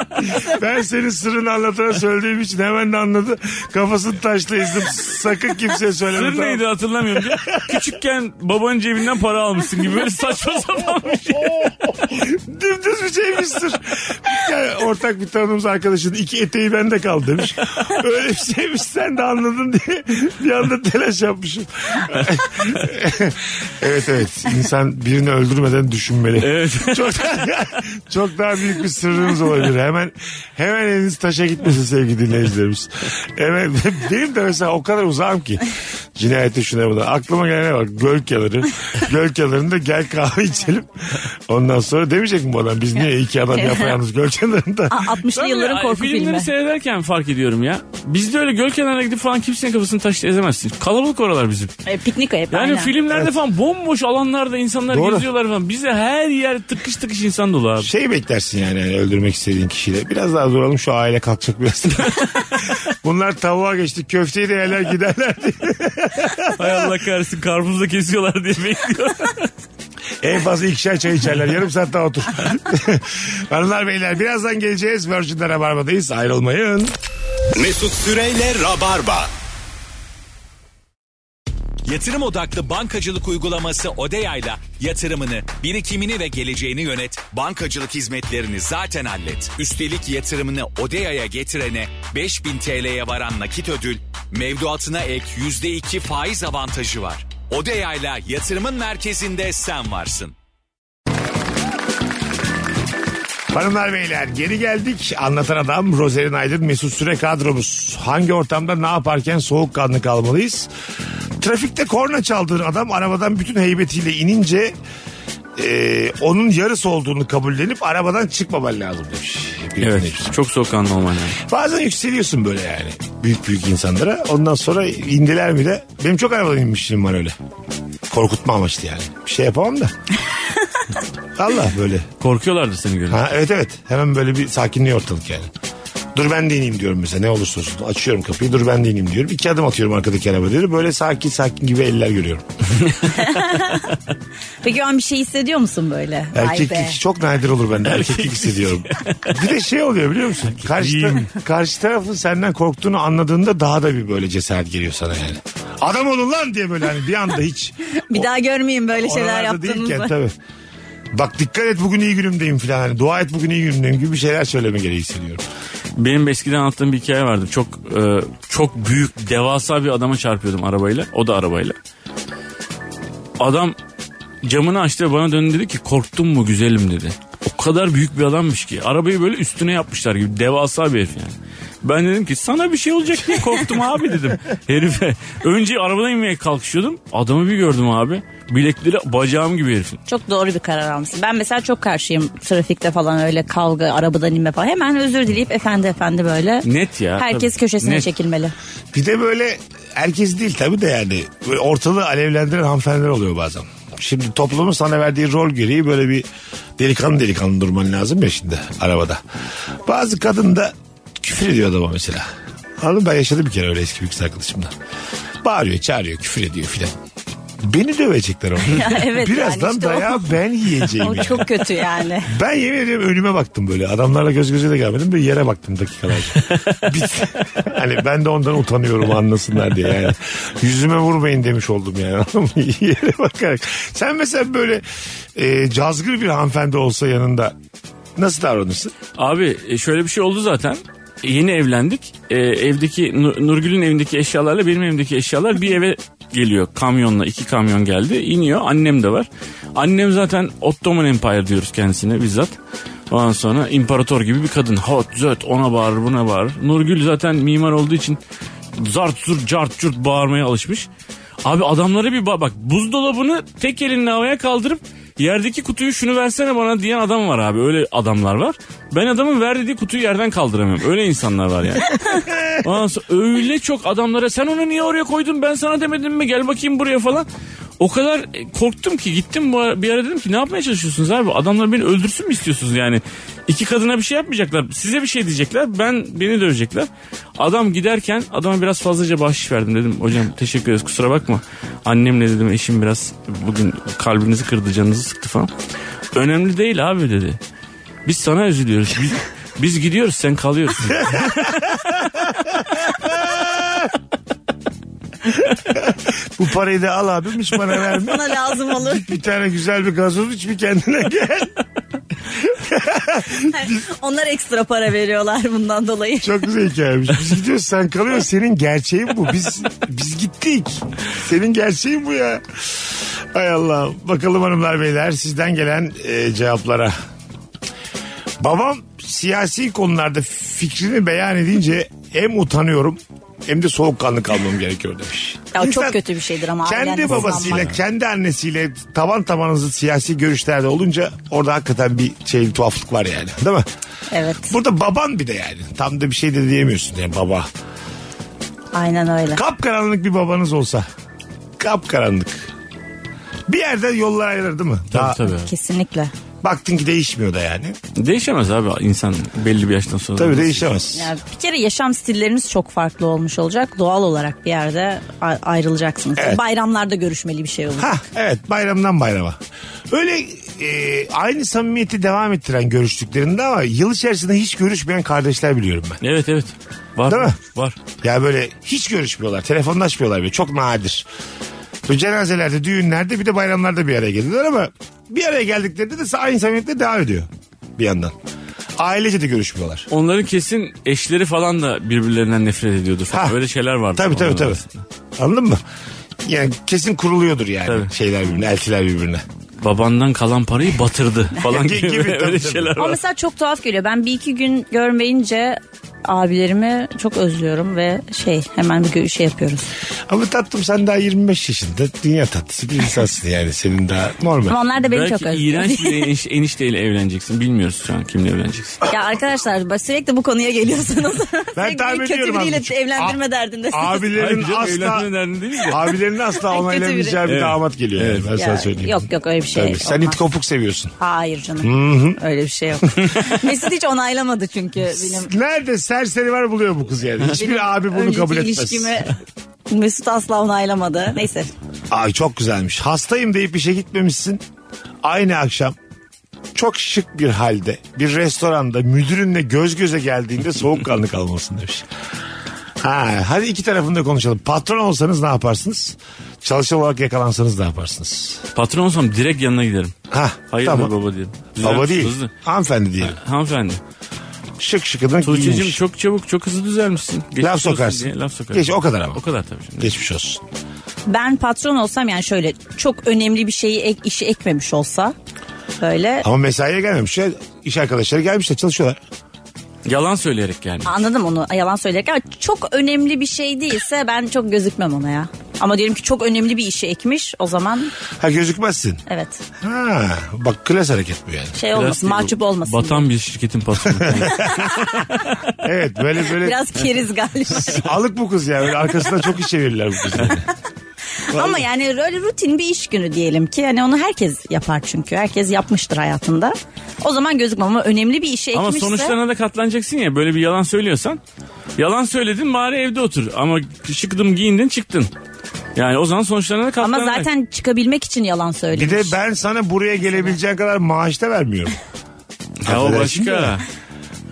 [SPEAKER 4] [LAUGHS] ben senin sırrını anlatana söylediğim için hemen de anladı. Kafasını taşla ezdim. Sakın kimseye söyleme.
[SPEAKER 6] Sır
[SPEAKER 4] tamam.
[SPEAKER 6] neydi hatırlamıyorum. diye. Küçükken babanın cebinden para almışsın gibi böyle saçma sapan bir şey.
[SPEAKER 4] Dümdüz bir şeymiştir. [LAUGHS] Yani ortak bir tanıdığımız arkadaşın iki eteği bende kaldı demiş. Öyle bir şeymiş sen de anladın diye bir anda telaş yapmışım. evet evet insan birini öldürmeden düşünmeli.
[SPEAKER 6] Evet.
[SPEAKER 4] Çok, [LAUGHS] çok daha büyük bir sırrımız olabilir. Hemen hemen eliniz taşa gitmesin sevgili dinleyicilerimiz. Hemen, [LAUGHS] benim de mesela o kadar uzağım ki. Cinayete şuna buna. Aklıma gelene bak. Göl kenarı. Göl kenarında gel kahve içelim. Ondan sonra demeyecek mi bu adam? Biz niye iki adam yapayalnız göl kenarında?
[SPEAKER 5] Aa, 60'lı yılların
[SPEAKER 6] Ay,
[SPEAKER 5] korku filmi.
[SPEAKER 6] Filmleri seyrederken fark ediyorum ya. Bizde öyle göl kenarına gidip falan kimsenin kafasını taşla ezemezsin. Kalabalık oralar bizim.
[SPEAKER 5] E, piknik hep
[SPEAKER 6] Yani
[SPEAKER 5] aynen.
[SPEAKER 6] filmlerde falan bomboş alanlarda insanlar
[SPEAKER 4] Doğru.
[SPEAKER 6] geziyorlar falan. Bize her yer tıkış tıkış insan
[SPEAKER 4] [LAUGHS]
[SPEAKER 6] dolu abi.
[SPEAKER 4] Şey beklersin yani, yani öldürmek istediğin kişiyle. Biraz daha duralım şu aile kalkacak biraz. [LAUGHS] Bunlar tavuğa geçti. Köfteyi de yerler giderler diye.
[SPEAKER 6] Hay Allah kahretsin karpuzla kesiyorlar diye bekliyorum.
[SPEAKER 4] En fazla ikişer çay içerler. Yarım saat daha otur. [LAUGHS] Hanımlar beyler birazdan geleceğiz. Virgin'de Rabarba'dayız. Ayrılmayın.
[SPEAKER 3] Mesut Süreyle Rabarba.
[SPEAKER 2] Yatırım odaklı bankacılık uygulaması Odeya'yla yatırımını, birikimini ve geleceğini yönet. Bankacılık hizmetlerini zaten hallet. Üstelik yatırımını Odeya'ya getirene 5000 TL'ye varan nakit ödül, mevduatına ek %2 faiz avantajı var. Odeya'yla yatırımın merkezinde sen varsın.
[SPEAKER 4] Hanımlar beyler geri geldik. Anlatan adam Rozerin Aydın Mesut Süre kadromuz. Hangi ortamda ne yaparken soğukkanlı kalmalıyız? Trafikte korna çaldığın adam arabadan bütün heybetiyle inince e, onun yarısı olduğunu kabullenip arabadan çıkmaman lazım demiş. Bir dinleyicimiz.
[SPEAKER 6] evet çok soğukkanlı olman lazım.
[SPEAKER 4] Bazen yükseliyorsun böyle yani. Büyük büyük insanlara. Ondan sonra indiler mi de. Benim çok arabadan inmişliğim var öyle. Korkutma amaçlı yani. Bir şey yapamam da. Allah böyle.
[SPEAKER 6] Korkuyorlardı seni görünce.
[SPEAKER 4] Ha, evet evet. Hemen böyle bir sakinliği ortalık yani. Dur ben de ineyim diyorum mesela ne olursa olsun. Açıyorum kapıyı dur ben de ineyim diyorum. İki adım atıyorum arkadaki arabaları. Böyle sakin sakin gibi eller görüyorum.
[SPEAKER 5] Peki o an bir şey hissediyor musun böyle? Vay be.
[SPEAKER 4] Erkeklik çok nadir olur bende. Erkeklik hissediyorum. bir de şey oluyor biliyor musun? Karşı, ta- karşı tarafın senden korktuğunu anladığında daha da bir böyle cesaret geliyor sana yani. Adam olun lan diye böyle hani bir anda hiç.
[SPEAKER 5] [LAUGHS] Bir daha görmeyeyim böyle şeyler
[SPEAKER 4] Oralarda değilken
[SPEAKER 5] yaptığınızı.
[SPEAKER 4] tabii. Bak dikkat et bugün iyi günümdeyim falan. Hani, dua et bugün iyi günümdeyim gibi bir şeyler söyleme gereği hissediyorum.
[SPEAKER 6] Benim eskiden anlattığım bir hikaye vardı. Çok e, çok büyük devasa bir adama çarpıyordum arabayla. O da arabayla. Adam camını açtı ve bana döndü dedi ki korktun mu güzelim dedi. O kadar büyük bir adammış ki. Arabayı böyle üstüne yapmışlar gibi. Devasa bir herif yani. Ben dedim ki sana bir şey olacak diye korktum abi dedim
[SPEAKER 5] [LAUGHS]
[SPEAKER 6] herife. Önce arabadan inmeye kalkışıyordum. Adamı bir gördüm abi. Bilekleri bacağım gibi herifin.
[SPEAKER 5] Çok doğru bir karar almışsın. Ben mesela çok karşıyım trafikte falan öyle kavga, arabadan inme falan. Hemen özür dileyip efendi efendi böyle.
[SPEAKER 6] Net ya.
[SPEAKER 5] Herkes
[SPEAKER 6] Tabii.
[SPEAKER 5] köşesine
[SPEAKER 6] Net.
[SPEAKER 5] çekilmeli.
[SPEAKER 4] Bir de böyle herkes değil tabii de yani böyle ortalığı alevlendiren hanımefendiler oluyor bazen. Şimdi toplumun sana verdiği rol gereği böyle bir delikanlı delikanlı durman lazım ya şimdi arabada. Bazı kadın da küfür ediyor adama mesela. Anladın mı? ben yaşadım bir kere öyle eski bir kız arkadaşımla. Bağırıyor, çağırıyor, küfür ediyor filan. Beni dövecekler onu.
[SPEAKER 5] [LAUGHS] evet
[SPEAKER 4] Birazdan
[SPEAKER 5] yani işte o.
[SPEAKER 4] dayağı ben yiyeceğim.
[SPEAKER 5] [LAUGHS] O
[SPEAKER 4] yani.
[SPEAKER 5] çok
[SPEAKER 4] [LAUGHS]
[SPEAKER 5] kötü yani.
[SPEAKER 4] Ben yemin ediyorum önüme baktım böyle. Adamlarla göz göze de gelmedim böyle yere baktım dakikalarca. Biz, hani ben de ondan utanıyorum anlasınlar diye yani. Yüzüme vurmayın demiş oldum yani. [LAUGHS] Anladın mı? yere bakarak. Sen mesela böyle e, cazgır bir hanımefendi olsa yanında nasıl davranırsın?
[SPEAKER 6] Abi e, şöyle bir şey oldu zaten. E, Yeni evlendik. E, evdeki Nu- Nurgül'ün evindeki eşyalarla benim evimdeki eşyalar bir eve geliyor kamyonla. iki kamyon geldi. iniyor. Annem de var. Annem zaten Ottoman Empire diyoruz kendisine bizzat. Ondan sonra imparator gibi bir kadın. Hot, zöt, ona bağırır, buna bağırır. Nurgül zaten mimar olduğu için zart zur, cart curt bağırmaya alışmış. Abi adamları bir ba- bak buzdolabını tek elinle havaya kaldırıp yerdeki kutuyu şunu versene bana diyen adam var abi. Öyle adamlar var. Ben adamın ver dediği kutuyu yerden kaldıramıyorum. Öyle insanlar var yani. Ondan sonra öyle çok adamlara sen onu niye oraya koydun ben sana demedim mi gel bakayım buraya falan. O kadar e, korktum ki gittim bu ara- bir ara dedim ki ne yapmaya çalışıyorsunuz abi? Adamlar beni öldürsün mü istiyorsunuz yani? İki kadına bir şey yapmayacaklar. Size bir şey diyecekler. Ben beni dövecekler. Adam giderken adama biraz fazlaca bahşiş verdim dedim. Hocam teşekkür ederiz kusura bakma. Annemle dedim eşim biraz bugün kalbinizi kırdı canınızı sıktı falan. Önemli değil abi dedi. Biz sana üzülüyoruz. Biz, biz gidiyoruz sen kalıyorsun.
[SPEAKER 4] Bu parayı da al abim hiç bana verme.
[SPEAKER 5] Bana
[SPEAKER 4] [LAUGHS]
[SPEAKER 5] lazım olur.
[SPEAKER 4] bir tane güzel bir gazoz iç bir kendine gel.
[SPEAKER 5] Onlar ekstra para veriyorlar bundan dolayı.
[SPEAKER 4] Çok güzel hikayemiş. Biz gidiyoruz sen kalıyorsun. Senin gerçeğin bu. Biz biz gittik. Senin gerçeğin bu ya. Ay Allah. Bakalım hanımlar beyler sizden gelen e, cevaplara. Babam siyasi konularda fikrini beyan edince hem utanıyorum hem de soğukkanlı kalmam gerekiyor demiş.
[SPEAKER 5] Ya
[SPEAKER 4] İnsan
[SPEAKER 5] çok kötü bir şeydir ama ailenle
[SPEAKER 4] Kendi babasıyla,
[SPEAKER 5] sızlanmak.
[SPEAKER 4] kendi annesiyle taban tabanınızı siyasi görüşlerde olunca orada hakikaten bir şey tuhaflık var yani. Değil mi?
[SPEAKER 5] Evet.
[SPEAKER 4] Burada baban bir de yani. Tam da bir şey de diyemiyorsun yani baba.
[SPEAKER 5] Aynen öyle.
[SPEAKER 4] Kapkaranlık bir babanız olsa. Kapkaranlık. Bir yerde yollar ayrılır değil mi? Daha-
[SPEAKER 6] tabii.
[SPEAKER 5] Kesinlikle.
[SPEAKER 4] Baktın ki değişmiyor da yani.
[SPEAKER 6] Değişemez abi insan belli bir yaştan sonra.
[SPEAKER 4] Tabii değişemez.
[SPEAKER 5] Ya bir kere yaşam stilleriniz çok farklı olmuş olacak. Doğal olarak bir yerde a- ayrılacaksınız.
[SPEAKER 4] Evet.
[SPEAKER 5] Bayramlarda görüşmeli bir şey olur.
[SPEAKER 4] Ha evet bayramdan bayrama. Öyle e, aynı samimiyeti devam ettiren görüştüklerinde ama yıl içerisinde hiç görüşmeyen kardeşler biliyorum ben.
[SPEAKER 6] Evet evet. Var.
[SPEAKER 4] Değil mi?
[SPEAKER 6] Var.
[SPEAKER 4] Ya böyle hiç görüşmüyorlar. Telefonlaşmıyorlar bile. Çok nadir. Bu cenazelerde, düğünlerde bir de bayramlarda bir araya geliyorlar ama bir araya geldiklerinde de aynı samimiyetle devam ediyor bir yandan. Ailece de görüşmüyorlar.
[SPEAKER 6] Onların kesin eşleri falan da birbirlerinden nefret ediyordu. Falan.
[SPEAKER 4] Ha.
[SPEAKER 6] Böyle şeyler vardı.
[SPEAKER 4] Tabii tabii
[SPEAKER 6] onların
[SPEAKER 4] tabii.
[SPEAKER 6] arasında.
[SPEAKER 4] Anladın mı? Yani kesin kuruluyordur yani
[SPEAKER 6] Tabii.
[SPEAKER 4] şeyler birbirine, eltiler birbirine.
[SPEAKER 6] Babandan kalan
[SPEAKER 4] [LAUGHS]
[SPEAKER 6] parayı batırdı falan gibi,
[SPEAKER 4] Gibi, tabii,
[SPEAKER 6] öyle
[SPEAKER 4] tabii.
[SPEAKER 6] şeyler
[SPEAKER 5] Ama
[SPEAKER 6] var.
[SPEAKER 5] mesela çok tuhaf geliyor. Ben bir iki gün görmeyince abilerimi çok özlüyorum ve şey hemen bir gö- şey yapıyoruz.
[SPEAKER 4] Ama tatlım sen daha 25 yaşında dünya tatlısı bir insansın yani senin daha normal.
[SPEAKER 5] Ama onlar da beni çok
[SPEAKER 6] Belki
[SPEAKER 5] özlüyor.
[SPEAKER 6] iğrenç bir eniş, enişteyle evleneceksin. Bilmiyoruz şu an kimle evleneceksin.
[SPEAKER 5] [LAUGHS] ya arkadaşlar bak sürekli bu konuya geliyorsanız.
[SPEAKER 4] Ben
[SPEAKER 5] sürekli
[SPEAKER 4] tahmin
[SPEAKER 5] bir kötü
[SPEAKER 4] ediyorum
[SPEAKER 5] biriyle
[SPEAKER 4] azıcık. A-
[SPEAKER 5] evlendirme derdindesiniz.
[SPEAKER 4] Abilerin
[SPEAKER 6] Hayır canım,
[SPEAKER 4] asla
[SPEAKER 6] evlenme derdi değil de.
[SPEAKER 4] abilerin asla
[SPEAKER 5] Kötü
[SPEAKER 4] onaylamayacağı bir
[SPEAKER 6] biri.
[SPEAKER 4] damat geliyor. yani, ben
[SPEAKER 5] Ya,
[SPEAKER 4] sana söyleyeyim.
[SPEAKER 5] Yok yok öyle bir şey.
[SPEAKER 4] Tabii. Sen
[SPEAKER 5] olmaz.
[SPEAKER 4] it kopuk seviyorsun.
[SPEAKER 5] Hayır canım. Öyle bir
[SPEAKER 4] [LAUGHS]
[SPEAKER 5] şey yok. Mesut hiç onaylamadı çünkü benim
[SPEAKER 4] Nerede serseri var buluyor bu kız yani. Hiçbir
[SPEAKER 5] Benim
[SPEAKER 4] abi bunu
[SPEAKER 5] önceki
[SPEAKER 4] kabul etmez.
[SPEAKER 5] ilişkimi Mesut asla onaylamadı. Neyse.
[SPEAKER 4] Ay çok güzelmiş. Hastayım deyip işe gitmemişsin. Aynı akşam çok şık bir halde bir restoranda müdürünle göz göze geldiğinde soğukkanlı kalmasın demiş. Ha, hadi iki tarafında konuşalım. Patron olsanız ne yaparsınız? Çalışan olarak yakalansanız ne yaparsınız?
[SPEAKER 6] Patron olsam direkt yanına giderim.
[SPEAKER 4] Ha,
[SPEAKER 6] Hayır
[SPEAKER 4] tamam.
[SPEAKER 6] baba diyelim.
[SPEAKER 4] Baba
[SPEAKER 6] Düzelmiş,
[SPEAKER 4] değil.
[SPEAKER 6] Hızlı.
[SPEAKER 4] Hanımefendi diyelim.
[SPEAKER 6] Hanımefendi.
[SPEAKER 4] Şık şıkıdan
[SPEAKER 6] Tuğçe'cim
[SPEAKER 4] giyinmiş.
[SPEAKER 6] çok çabuk çok hızlı düzelmişsin. Geçmiş
[SPEAKER 4] Laf
[SPEAKER 6] olsun
[SPEAKER 4] sokarsın.
[SPEAKER 6] diye Laf sokarsın.
[SPEAKER 4] Geç, o kadar ama.
[SPEAKER 6] O kadar tabii. Şimdi.
[SPEAKER 4] Geçmiş olsun.
[SPEAKER 5] Ben patron olsam yani şöyle çok önemli bir şeyi ek, işi ekmemiş olsa böyle
[SPEAKER 4] Ama mesaiye gelmemiş. ya. İş arkadaşları gelmişler çalışıyorlar.
[SPEAKER 6] Yalan söyleyerek yani.
[SPEAKER 5] anladım onu yalan söyleyerek ama çok önemli bir şey değilse ben çok gözükmem ona ya. Ama diyelim ki çok önemli bir işi ekmiş o zaman
[SPEAKER 4] Ha gözükmezsin.
[SPEAKER 5] evet
[SPEAKER 4] Ha, bak klas hareket bu yani.
[SPEAKER 5] şey olmasın
[SPEAKER 6] Biraz-
[SPEAKER 5] mahcup olmasın. diye.
[SPEAKER 6] Batan bir şirketin patronu.
[SPEAKER 5] [LAUGHS]
[SPEAKER 4] Evet böyle böyle
[SPEAKER 5] Biraz keriz galiba.
[SPEAKER 4] alık bu kız ya. Böyle arkasından çok iş çevirirler bu kız. yani.
[SPEAKER 5] Ama yani öyle rutin bir iş günü diyelim ki yani onu herkes yapar çünkü. Herkes yapmıştır hayatında. O zaman gözükmem ama önemli bir işe
[SPEAKER 6] Ama
[SPEAKER 5] ekmişse.
[SPEAKER 6] sonuçlarına da katlanacaksın ya böyle bir yalan söylüyorsan. Yalan söyledin bari evde otur ama şıkdım giyindin çıktın. Yani o zaman sonuçlarına da
[SPEAKER 5] Ama
[SPEAKER 6] katlanacaksın.
[SPEAKER 5] zaten çıkabilmek için yalan
[SPEAKER 4] Bir
[SPEAKER 5] söylemiş.
[SPEAKER 4] de ben sana buraya gelebileceğin kadar maaş da vermiyorum.
[SPEAKER 6] Ya o
[SPEAKER 4] Affedersin de.
[SPEAKER 6] başka.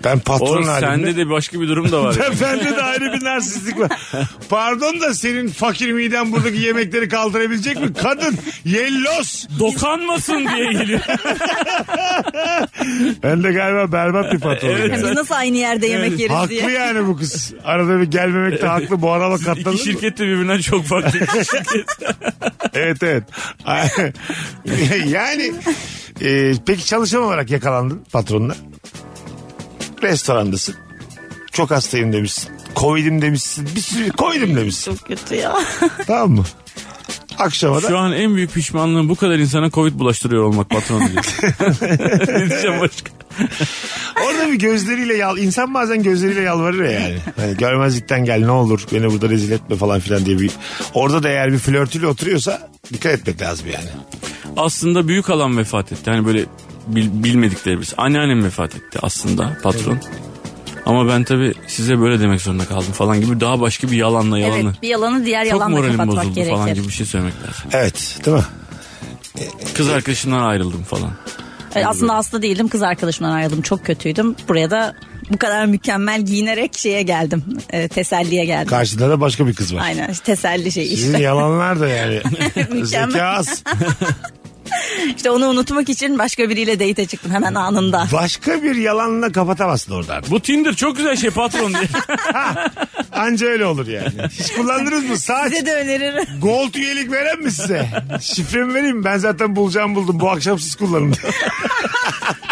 [SPEAKER 4] Ben
[SPEAKER 6] O
[SPEAKER 4] patron
[SPEAKER 6] sende
[SPEAKER 4] halimde.
[SPEAKER 6] de başka bir durum da var.
[SPEAKER 4] [LAUGHS] Bende de ayrı bir narsistlik var. Pardon da senin fakir miden buradaki yemekleri kaldırabilecek mi? Kadın yellos.
[SPEAKER 6] Dokanmasın diye geliyor.
[SPEAKER 4] Ben de galiba berbat bir patron.
[SPEAKER 6] Evet.
[SPEAKER 5] [LAUGHS] Biz nasıl aynı yerde yemek yeriz
[SPEAKER 4] Haklı
[SPEAKER 5] diye.
[SPEAKER 4] yani bu kız. Arada bir gelmemek de haklı. Bu araba katlanır
[SPEAKER 6] İki
[SPEAKER 4] mı?
[SPEAKER 6] şirket de birbirinden çok farklı. İki şirket.
[SPEAKER 4] Evet evet. yani e, peki çalışan olarak yakalandın patronla. Restorandasın. Çok hastayım demişsin. Covid'im demişsin. Bir sürü Covid'im demişsin.
[SPEAKER 5] Çok kötü ya.
[SPEAKER 4] [LAUGHS] tamam mı? Akşama
[SPEAKER 6] Şu
[SPEAKER 4] da
[SPEAKER 6] an en büyük pişmanlığım bu kadar insana Covid bulaştırıyor olmak patron diye. [LAUGHS] ne diyeceğim başka?
[SPEAKER 4] Orada bir gözleriyle yal insan bazen gözleriyle yalvarır ya yani. Hani görmezlikten gel ne olur beni burada rezil etme falan filan diye bir. Orada da eğer bir flörtüyle oturuyorsa dikkat etmek lazım yani.
[SPEAKER 6] aslında büyük alan vefat etti. Hani böyle bil- bilmediklerimiz. Anneannem vefat etti aslında patron. Ama ben tabii size böyle demek zorunda kaldım falan gibi daha başka bir yalanla yalanı.
[SPEAKER 5] Evet bir yalanı diğer
[SPEAKER 6] Çok
[SPEAKER 5] yalanla
[SPEAKER 6] moralim bozuldu
[SPEAKER 5] kapatmak gerekir.
[SPEAKER 6] falan gibi bir şey söylemek lazım.
[SPEAKER 4] Evet değil mi?
[SPEAKER 6] Kız arkadaşından ayrıldım falan.
[SPEAKER 5] E, Aslında hasta değildim kız arkadaşımdan ayrıldım çok kötüydüm. Buraya da bu kadar mükemmel giyinerek şeye geldim e, teselliye geldim.
[SPEAKER 4] Karşında da başka bir kız var.
[SPEAKER 5] Aynen işte teselli şey işte.
[SPEAKER 4] Sizin yalanlar da yani.
[SPEAKER 5] Mükemmel.
[SPEAKER 4] Zeka az.
[SPEAKER 5] İşte onu unutmak için başka biriyle date çıktım hemen anında.
[SPEAKER 4] Başka bir yalanla kapatamazsın orada artık.
[SPEAKER 6] Bu Tinder çok güzel şey patron [LAUGHS] diye.
[SPEAKER 4] Anca öyle olur yani. Hiç kullandınız mı? Saat
[SPEAKER 5] Size de öneririm.
[SPEAKER 4] Gold üyelik veren mi size? Şifremi vereyim mi? Ben zaten bulacağım buldum. Bu akşam siz kullanın.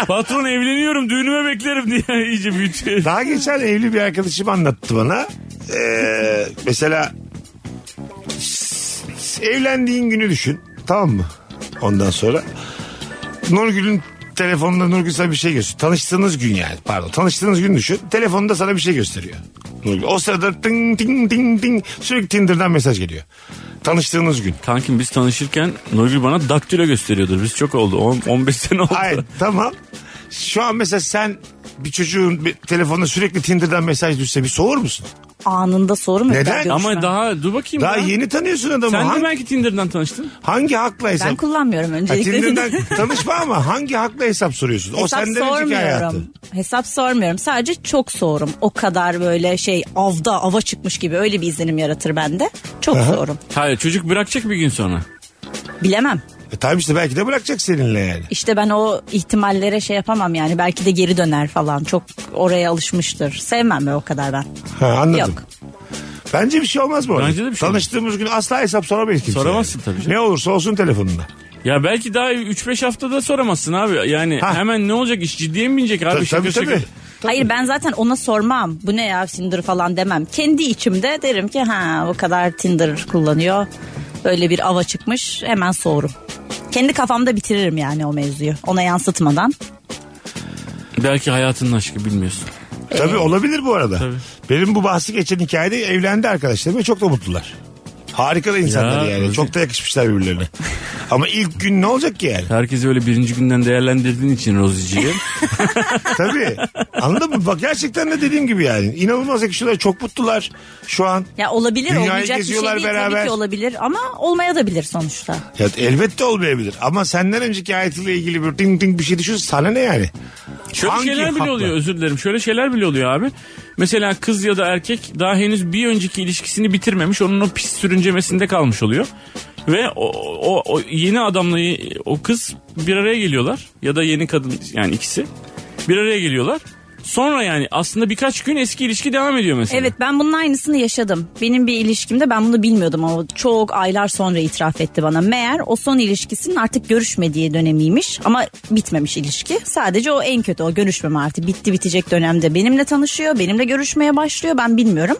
[SPEAKER 6] patron evleniyorum düğünüme beklerim diye [LAUGHS] iyice büyütüyor.
[SPEAKER 4] Daha geçen evli bir arkadaşım anlattı bana. Ee, mesela s- s- evlendiğin günü düşün. Tamam mı? Ondan sonra Nurgül'ün telefonunda Nurgül sana bir şey gösteriyor. Tanıştığınız gün yani pardon. Tanıştığınız gün düşün. Telefonunda sana bir şey gösteriyor. Nurgül. O sırada ting ting ting ting sürekli Tinder'dan mesaj geliyor. Tanıştığınız gün.
[SPEAKER 6] Kankim biz tanışırken Nurgül bana daktilo gösteriyordu. Biz çok oldu. On- 15 sene oldu. [LAUGHS]
[SPEAKER 4] Hayır tamam. Şu an mesela sen bir çocuğun bir telefonuna sürekli Tinder'dan mesaj düşse bir soğur musun?
[SPEAKER 5] Anında soru mu?
[SPEAKER 4] Neden?
[SPEAKER 5] Görüşme.
[SPEAKER 6] Ama daha dur bakayım.
[SPEAKER 4] Daha
[SPEAKER 6] ya.
[SPEAKER 4] yeni tanıyorsun adamı.
[SPEAKER 6] Sen
[SPEAKER 4] hangi,
[SPEAKER 6] de belki Tinder'dan tanıştın.
[SPEAKER 4] hangi hakla hesap?
[SPEAKER 5] Ben kullanmıyorum
[SPEAKER 4] Ha,
[SPEAKER 5] öncelikle.
[SPEAKER 4] Tinder'dan [LAUGHS] tanışma ama hangi hakla hesap soruyorsun? O
[SPEAKER 5] [LAUGHS] Hesap
[SPEAKER 4] senden önceki hayatı.
[SPEAKER 5] sormuyorum. Hesap sormuyorum. Sadece çok sorum. O kadar böyle şey avda ava çıkmış gibi öyle bir izlenim yaratır bende. Çok sorum.
[SPEAKER 6] Hayır çocuk bırakacak bir gün sonra.
[SPEAKER 5] Bilemem.
[SPEAKER 4] E, tamam işte belki de bırakacak seninle yani.
[SPEAKER 5] İşte ben o ihtimallere şey yapamam yani. Belki de geri döner falan. Çok oraya alışmıştır. Sevmem ben o kadar ben.
[SPEAKER 4] Ha, anladım.
[SPEAKER 5] Yok.
[SPEAKER 4] Bence bir şey olmaz bu arada.
[SPEAKER 6] Bence de bir şey
[SPEAKER 4] Tanıştığımız gün asla hesap soramayız kimseye.
[SPEAKER 6] Soramazsın tabii canım.
[SPEAKER 4] Ne olursa olsun telefonunda.
[SPEAKER 6] Ya belki daha 3-5 haftada soramazsın abi. Yani
[SPEAKER 4] Ha.
[SPEAKER 6] hemen ne olacak iş ciddiye mi binecek abi?
[SPEAKER 4] Tabii tabii.
[SPEAKER 6] Şaka şaka.
[SPEAKER 4] tabii.
[SPEAKER 5] Hayır ben zaten ona sormam. Bu ne ya Tinder falan demem. Kendi içimde derim ki ha o kadar Tinder kullanıyor. Böyle bir ava çıkmış hemen soğurum. Kendi kafamda bitiririm yani o mevzuyu. Ona yansıtmadan.
[SPEAKER 6] Belki hayatının aşkı bilmiyorsun.
[SPEAKER 4] Tabii olabilir bu arada. Benim bu bahsi geçen hikayede evlendi arkadaşlarım ve çok da mutlular. Harika da insanlar
[SPEAKER 6] Ya,
[SPEAKER 4] yani.
[SPEAKER 6] öyle.
[SPEAKER 4] Çok da yakışmışlar birbirlerine. Ama ilk gün ne olacak ki yani?
[SPEAKER 6] Herkesi öyle birinci günden değerlendirdiğin için
[SPEAKER 4] [LAUGHS]
[SPEAKER 6] Rozi'ciyi.
[SPEAKER 4] Tabii. Anladın mı? Bak gerçekten de dediğim gibi yani. İnanılmaz yakışıyorlar. Çok mutlular şu an.
[SPEAKER 5] Ya olabilir
[SPEAKER 4] Dünyayı
[SPEAKER 5] olmayacak bir şey
[SPEAKER 4] geziyorlar
[SPEAKER 5] değil
[SPEAKER 4] beraber.
[SPEAKER 5] tabii ki olabilir ama olmaya da bilir sonuçta.
[SPEAKER 4] Ya elbette olmayabilir. Ama senden önceki hayatıyla ilgili bir ding ding bir şey düşün. Sana ne yani?
[SPEAKER 6] Şöyle
[SPEAKER 4] Hangi
[SPEAKER 6] şeyler bile
[SPEAKER 4] hakla?
[SPEAKER 6] oluyor özür dilerim. Şöyle şeyler bile oluyor abi. Mesela kız ya da erkek daha henüz bir önceki ilişkisini bitirmemiş. Onun o pis sürüncemesinde kalmış oluyor. Ve o, o, o yeni adamla y- o kız bir araya geliyorlar. Ya da yeni kadın yani ikisi. Bir araya geliyorlar. Sonra yani aslında birkaç gün eski ilişki devam ediyor mesela.
[SPEAKER 5] Evet ben bunun aynısını yaşadım. Benim bir ilişkimde ben bunu bilmiyordum ama çok aylar sonra itiraf etti bana. Meğer o son ilişkisinin artık görüşmediği dönemiymiş ama bitmemiş ilişki. Sadece o en kötü o görüşmeme artık bitti bitecek dönemde benimle tanışıyor, benimle görüşmeye başlıyor ben bilmiyorum.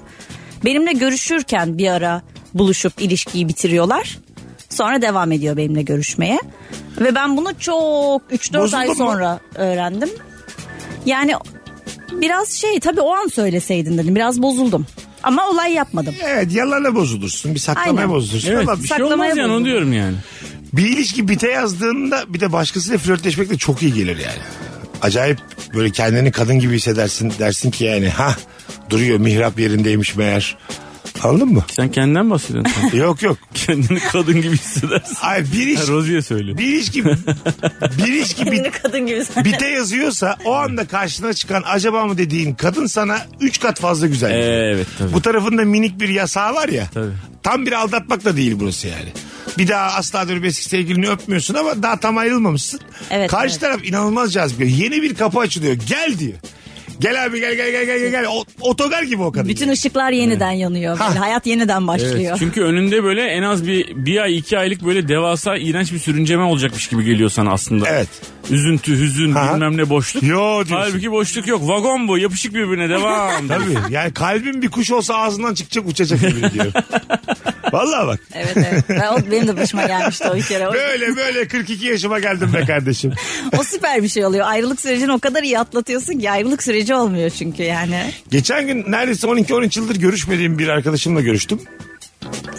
[SPEAKER 5] Benimle görüşürken bir ara buluşup ilişkiyi bitiriyorlar. Sonra devam ediyor benimle görüşmeye. Ve ben bunu çok 3-4 ay
[SPEAKER 4] Bozuldun mu?
[SPEAKER 5] sonra öğrendim. Yani biraz şey tabii o an söyleseydin dedim. Biraz bozuldum. Ama olay yapmadım.
[SPEAKER 4] Evet yalana bozulursun. Bir saklamaya
[SPEAKER 5] Aynen.
[SPEAKER 4] bozulursun.
[SPEAKER 6] Evet,
[SPEAKER 4] Ama
[SPEAKER 6] bir
[SPEAKER 4] bir,
[SPEAKER 6] şey
[SPEAKER 5] saklamaya
[SPEAKER 6] olmaz yani onu
[SPEAKER 5] buldum.
[SPEAKER 6] diyorum yani.
[SPEAKER 4] bir ilişki bite yazdığında bir de başkasıyla flörtleşmek de çok iyi gelir yani. Acayip böyle kendini kadın gibi hissedersin. Dersin ki yani ha duruyor mihrap yerindeymiş meğer. Anladın mı?
[SPEAKER 6] Sen [LAUGHS] kendinden bahsediyorsun.
[SPEAKER 4] yok yok.
[SPEAKER 6] Kendini kadın
[SPEAKER 4] [LAUGHS]
[SPEAKER 6] gibi hissedersin.
[SPEAKER 4] Ay bir iş,
[SPEAKER 6] Rozi'ye söylüyor.
[SPEAKER 4] bir ilişki bir ilişki bit,
[SPEAKER 5] Kendini kadın gibi sen.
[SPEAKER 4] bite yazıyorsa o anda karşına çıkan acaba mı dediğin kadın sana 3 kat fazla güzel. geliyor.
[SPEAKER 6] Ee, Evet tabii.
[SPEAKER 4] Bu tarafında minik bir yasağı var ya.
[SPEAKER 6] Tabii.
[SPEAKER 4] Tam bir aldatmak da değil burası yani. Bir daha asla dönüp eski sevgilini öpmüyorsun ama daha tam ayrılmamışsın.
[SPEAKER 5] Evet,
[SPEAKER 4] Karşı
[SPEAKER 5] evet.
[SPEAKER 4] taraf inanılmaz cazip. Yeni bir kapı açılıyor. Gel diyor. Gel abi gel gel gel gel gel. gel. O, otogar gibi o kadın.
[SPEAKER 5] Bütün ışıklar yeniden yanıyor. Böyle hayat yeniden başlıyor.
[SPEAKER 6] Çünkü önünde böyle en az bir, bir ay iki aylık böyle devasa iğrenç bir sürünceme olacakmış gibi geliyor sana aslında.
[SPEAKER 4] Evet.
[SPEAKER 6] Üzüntü, hüzün,
[SPEAKER 4] Ha.
[SPEAKER 6] bilmem ne boşluk.
[SPEAKER 4] Yo diyorsun.
[SPEAKER 6] Halbuki boşluk yok. Vagon bu.
[SPEAKER 4] [LAUGHS]
[SPEAKER 6] Yapışık birbirine devam. [LAUGHS]
[SPEAKER 4] Tabii. Yani kalbin bir kuş olsa ağzından çıkacak uçacak gibi diyor. Vallahi bak.
[SPEAKER 5] [LAUGHS] Evet evet. Ben, o- benim de başıma gelmişti o bir kere. O,
[SPEAKER 4] Böyle böyle 42 yaşıma geldim be kardeşim.
[SPEAKER 5] o süper bir şey oluyor. Ayrılık sürecini o kadar iyi atlatıyorsun ki ayrılık süreci olmuyor çünkü yani.
[SPEAKER 4] Geçen gün neredeyse 12-13 yıldır görüşmediğim bir arkadaşımla görüştüm.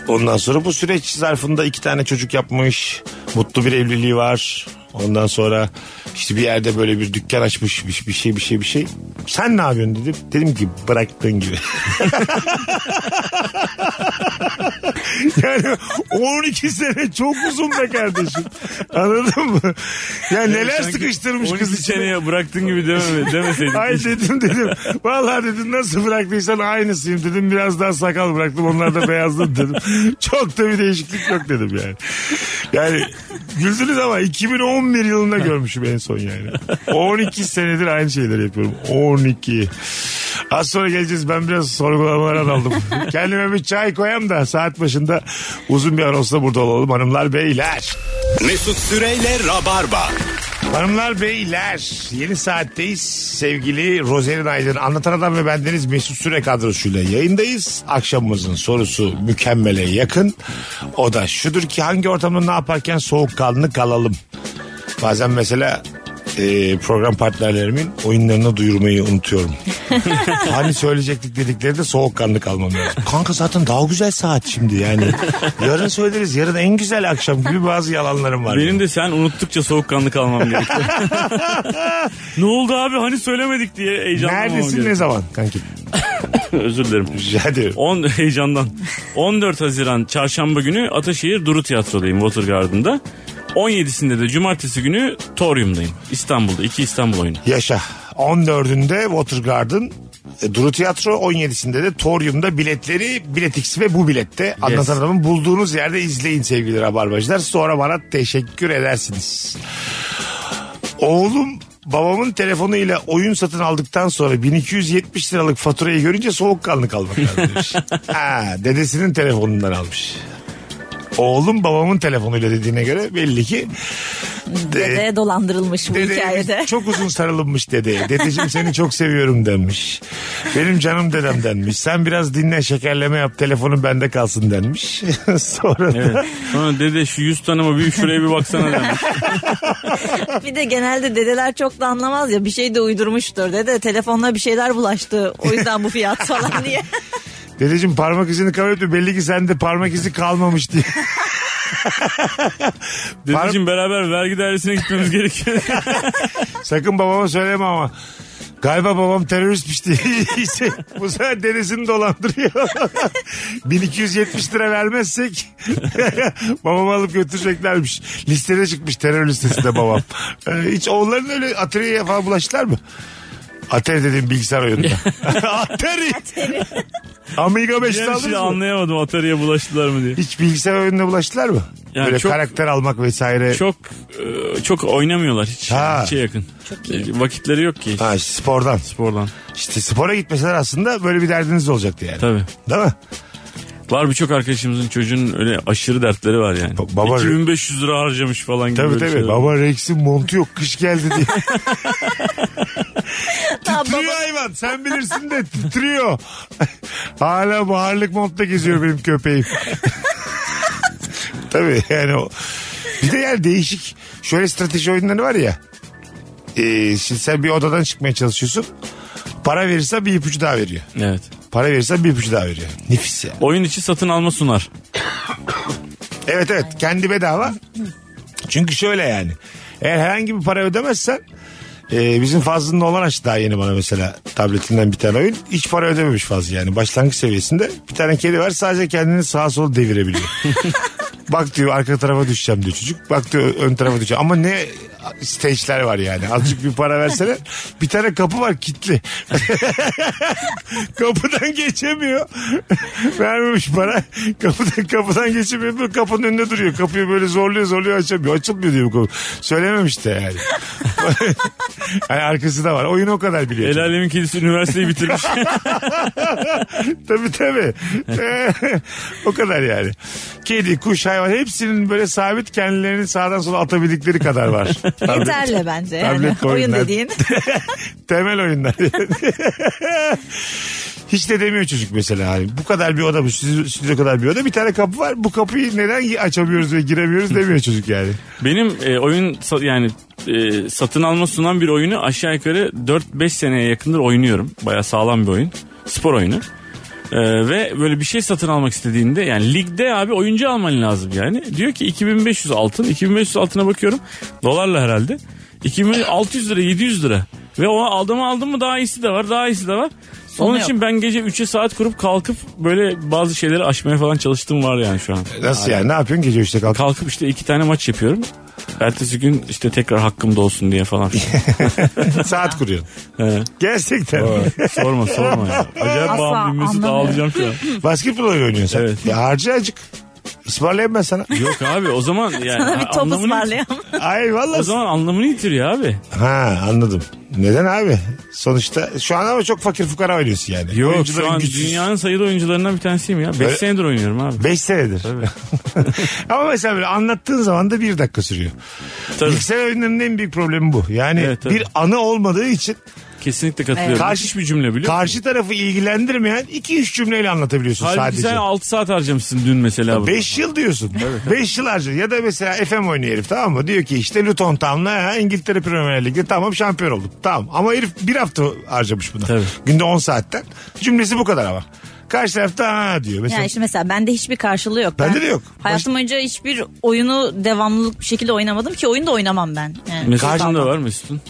[SPEAKER 4] Ondan sonra bu süreç zarfında iki tane çocuk yapmış. Mutlu bir evliliği var. Ondan sonra işte bir yerde böyle bir dükkan açmış bir, bir şey bir şey bir şey. Sen ne yapıyorsun dedim. Dedim ki bıraktığın gibi. [LAUGHS] yani 12 sene çok uzun be kardeşim. Anladın mı? Ya neler
[SPEAKER 6] Sanki
[SPEAKER 4] sıkıştırmış
[SPEAKER 6] 12
[SPEAKER 4] kız içine.
[SPEAKER 6] seneye bıraktığın
[SPEAKER 4] [LAUGHS]
[SPEAKER 6] gibi dememe, demeseydin.
[SPEAKER 4] Ay dedim dedim. Vallahi dedim nasıl bıraktıysan aynısıyım dedim. Biraz daha sakal bıraktım. Onlar da beyazladı
[SPEAKER 6] [LAUGHS]
[SPEAKER 4] dedim. Çok da bir değişiklik yok dedim yani. Yani güldünüz ama 2011 yılında görmüşüm en son yani. 12 senedir aynı şeyleri yapıyorum. 12. Az sonra geleceğiz. Ben biraz sorgulamalara daldım. Kendime bir çay koyayım da saat başında uzun bir anonsla burada olalım hanımlar beyler.
[SPEAKER 3] Mesut Süreyle Rabarba.
[SPEAKER 4] Hanımlar beyler yeni saatteyiz sevgili Rozerin Aydın anlatan adam ve bendeniz Mesut Süre kadrosuyla yayındayız akşamımızın sorusu mükemmele yakın o da şudur ki hangi ortamda ne yaparken soğukkanlı kalalım bazen mesela e, program partnerlerimin oyunlarını duyurmayı unutuyorum hani söyleyecektik dedikleri de soğukkanlı kalmam lazım kanka zaten daha güzel saat şimdi yani yarın söyleriz yarın en güzel akşam gibi bazı yalanlarım var
[SPEAKER 6] Benim de sen unuttukça soğukkanlı
[SPEAKER 4] [LAUGHS]
[SPEAKER 6] kalmam gerekiyor. ne oldu abi hani söylemedik diye heyecanlanmam
[SPEAKER 4] Neredesin ne
[SPEAKER 6] gerekiyor.
[SPEAKER 4] zaman kankim?
[SPEAKER 6] Özür dilerim.
[SPEAKER 4] Rica ederim.
[SPEAKER 6] 10 [LAUGHS] heyecandan. 14 Haziran çarşamba günü Ataşehir Duru Tiyatro'dayım Watergarden'da. 17'sinde de cumartesi günü Torium'dayım. İstanbul'da. iki İstanbul oyunu.
[SPEAKER 4] Yaşa. 14'ünde Watergarden e, Duru Tiyatro 17'sinde de Torium'da biletleri biletix ve bu bilette anlatan adamın bulduğunuz yerde izleyin sevgili rabarbacılar. Sonra bana teşekkür edersiniz. Oğlum babamın telefonuyla oyun satın aldıktan sonra 1270 liralık faturayı görünce soğukkanlı kalmak lazım demiş. ha, dedesinin telefonundan almış. Oğlum babamın telefonuyla dediğine göre belli ki Ee,
[SPEAKER 5] Dede dolandırılmış bu
[SPEAKER 4] Dedeye
[SPEAKER 5] hikayede.
[SPEAKER 4] biz [LAUGHS] çok uzun sarılınmış dedeye. Dedeciğim seni çok seviyorum denmiş. Benim canım dedem denmiş. Sen biraz dinle şekerleme yap telefonun bende kalsın denmiş. [LAUGHS] Sonra da
[SPEAKER 6] Evet. Sonra dede şu yüz tanıma bir şuraya bir
[SPEAKER 4] [LAUGHS]
[SPEAKER 6] baksana demiş.
[SPEAKER 5] Bir de genelde dedeler çok da anlamaz ya bir şey de uydurmuştur. Dede telefonla bir şeyler bulaştı o yüzden bu
[SPEAKER 4] [LAUGHS]
[SPEAKER 5] fiyat falan diye.
[SPEAKER 4] dedeciğim parmak izini kabul etme belli ki sende parmak izi kalmamış diye.
[SPEAKER 6] Dedeciğim beraber vergi dairesine
[SPEAKER 4] [LAUGHS]
[SPEAKER 6] gitmemiz gerekiyor.
[SPEAKER 4] Sakın babama söyleme ama. Galiba babam teröristmiş diye.
[SPEAKER 6] [LAUGHS]
[SPEAKER 4] İşte Bu sefer dedesini dolandırıyor. 1270 lira vermezsek [LAUGHS] babamı alıp götüreceklermiş. Listede çıkmış terör listesinde
[SPEAKER 6] [LAUGHS]
[SPEAKER 4] babam. Ee, hiç onların öyle atölyeye falan bulaştılar mı? Atari dediğim bilgisayar
[SPEAKER 6] [LAUGHS]
[SPEAKER 4] oyununda. Atari. Amiga 5'te
[SPEAKER 6] Her
[SPEAKER 4] aldınız
[SPEAKER 6] şeyi
[SPEAKER 4] mı?
[SPEAKER 6] şey anlayamadım Atari'ye bulaştılar mı diye.
[SPEAKER 4] Hiç bilgisayar oyununa bulaştılar mı?
[SPEAKER 6] Yani
[SPEAKER 4] Böyle
[SPEAKER 6] çok-
[SPEAKER 4] karakter almak vesaire.
[SPEAKER 6] Çok e, çok oynamıyorlar hiç.
[SPEAKER 4] Ha.
[SPEAKER 6] Hiçe yakın. E, Vakitleri yok ki.
[SPEAKER 4] Ha, işte spordan.
[SPEAKER 6] Spordan.
[SPEAKER 4] İşte spora gitmeseler aslında böyle bir derdiniz olacaktı yani.
[SPEAKER 6] Tabii.
[SPEAKER 4] Değil mi?
[SPEAKER 6] Var birçok arkadaşımızın çocuğunun öyle aşırı dertleri var yani.
[SPEAKER 4] Ba- baba-
[SPEAKER 6] 2500 lira harcamış falan gibi.
[SPEAKER 4] Tabii
[SPEAKER 6] böyle
[SPEAKER 4] tabii.
[SPEAKER 6] şeyler.
[SPEAKER 4] Baba Rex'in montu yok. Kış geldi [LAUGHS] diye. titriyor hayvan. Sen bilirsin de titriyor. [LAUGHS] Hala baharlık montta geziyor benim köpeğim. [LAUGHS] tabii yani o. Bir de yani değişik şöyle strateji oyunları var ya. Ee, şimdi sen bir odadan çıkmaya çalışıyorsun. Para verirse bir ipucu daha veriyor.
[SPEAKER 6] Evet.
[SPEAKER 4] Para verirse bir ipucu daha veriyor. Nefis ya.
[SPEAKER 6] Oyun içi satın alma sunar.
[SPEAKER 4] Evet evet kendi bedava. Çünkü şöyle yani. Eğer herhangi bir para ödemezsen e, bizim Fazlı'nın olan açtı daha yeni bana mesela tabletinden bir tane oyun. Hiç para ödememiş Fazlı yani başlangıç seviyesinde. Bir tane kedi var sadece kendini sağa sola devirebiliyor. Bak diyor arka tarafa düşeceğim diyor çocuk. Bak diyor ön tarafa düşeceğim. Ama ne stage'ler var yani. Azıcık bir para versene. Bir tane kapı var kilitli. [LAUGHS] kapıdan geçemiyor. [LAUGHS] Vermemiş para. Kapıdan kapıdan geçemiyor. Böyle kapının önünde duruyor. Kapıyı böyle zorluyor zorluyor açamıyor. Açılmıyor diyor bu kapı. Söylememiş de yani. [LAUGHS] yani arkası da var. Oyun o kadar biliyor.
[SPEAKER 6] El alemin kedisi üniversiteyi bitirmiş.
[SPEAKER 4] Tabii
[SPEAKER 6] [LAUGHS]
[SPEAKER 4] tabii. o kadar yani. Kedi, kuş, hayvan hepsinin böyle sabit kendilerini sağdan sola atabildikleri kadar
[SPEAKER 6] [LAUGHS]
[SPEAKER 4] var.
[SPEAKER 5] Yeterli bence yani. [LAUGHS]
[SPEAKER 4] Tablet
[SPEAKER 5] Oyun
[SPEAKER 4] oyunlar.
[SPEAKER 6] [LAUGHS]
[SPEAKER 5] dediğin.
[SPEAKER 4] Temel oyunlar. Hiç de demiyor çocuk mesela. Hani bu kadar bir oda bu stüdyo stüdyo kadar bir oda bir tane kapı var. Bu kapıyı neden açamıyoruz ve giremiyoruz demiyor çocuk yani.
[SPEAKER 6] Benim e, oyun sa- yani e, satın alma sunan bir oyunu aşağı yukarı 4-5 seneye yakındır oynuyorum. Baya sağlam bir oyun. Spor oyunu. E, ve böyle bir şey satın almak istediğinde yani ligde abi oyuncu alman lazım yani. Diyor ki 2500 altın. 2500 altına bakıyorum. Dolarla herhalde. 2600 lira 700 lira. Ve o adamı aldın mı daha iyisi de var daha iyisi de var. Onun
[SPEAKER 5] yok.
[SPEAKER 6] için ben gece 3'e saat kurup kalkıp böyle bazı şeyleri aşmaya falan çalıştığım var yani şu an.
[SPEAKER 4] Nasıl yani ne yapıyorsun gece üçte kalk?
[SPEAKER 6] Kalkıp işte iki tane maç yapıyorum. Ertesi gün işte tekrar hakkımda olsun diye falan.
[SPEAKER 4] Saat kuruyorsun.
[SPEAKER 6] He.
[SPEAKER 4] Gerçekten.
[SPEAKER 6] sorma sorma ya. Acayip
[SPEAKER 5] Asla
[SPEAKER 6] bağımlıyım Mesut
[SPEAKER 5] anlamıyorum.
[SPEAKER 6] ağlayacağım şu an.
[SPEAKER 4] Basketbol oyunu oynuyorsun sen.
[SPEAKER 6] Evet.
[SPEAKER 4] Ya harca acık. Ismarlayayım ben sana.
[SPEAKER 6] Yok abi o zaman yani.
[SPEAKER 5] Sana bir top
[SPEAKER 6] anlamını-
[SPEAKER 5] ısmarlayalım.
[SPEAKER 4] Ay vallahi.
[SPEAKER 6] O zaman anlamını yitiriyor abi.
[SPEAKER 4] Ha anladım. Neden abi? Sonuçta şu an ama çok fakir fukara oynuyorsun yani.
[SPEAKER 6] Yok şu an dünyanın sayılı oyuncularından bir tanesiyim ya. 5
[SPEAKER 4] Öyle-
[SPEAKER 6] senedir oynuyorum abi.
[SPEAKER 4] 5 senedir. [LAUGHS] ama mesela böyle anlattığın zaman da bir dakika sürüyor.
[SPEAKER 6] Tabii.
[SPEAKER 4] Bilgisayar oyunlarının en büyük problemi bu. Yani
[SPEAKER 6] Evet, tabii.
[SPEAKER 4] bir anı olmadığı için
[SPEAKER 6] Kesinlikle katılıyorum.
[SPEAKER 5] Evet.
[SPEAKER 6] Karşı, Müthiş bir cümle biliyor musun?
[SPEAKER 4] karşı tarafı ilgilendirmeyen 2-3 cümleyle anlatabiliyorsun
[SPEAKER 6] Halbuki sen
[SPEAKER 4] sadece.
[SPEAKER 6] 6 saat harcamışsın dün mesela. burada.
[SPEAKER 4] 5 yıl diyorsun. 5 yıl harcıyor. Ya da mesela FM oynuyor herif tamam mı? Diyor ki işte Luton Town'la ha, İngiltere Premier Lig'de tamam şampiyon olduk. Tamam ama herif bir hafta harcamış buna.
[SPEAKER 6] Tabii.
[SPEAKER 4] Günde 10 saatten. Cümlesi bu kadar ama. Karşı tarafta ha diyor. Mesela
[SPEAKER 5] Yani işte mesela bende hiçbir karşılığı yok.
[SPEAKER 4] Bende de yok.
[SPEAKER 5] Hayatım boyunca hiçbir oyunu devamlılık bir şekilde oynamadım ki oyunu da oynamam ben. Yani.
[SPEAKER 6] Mesut'un da var Mesut'un.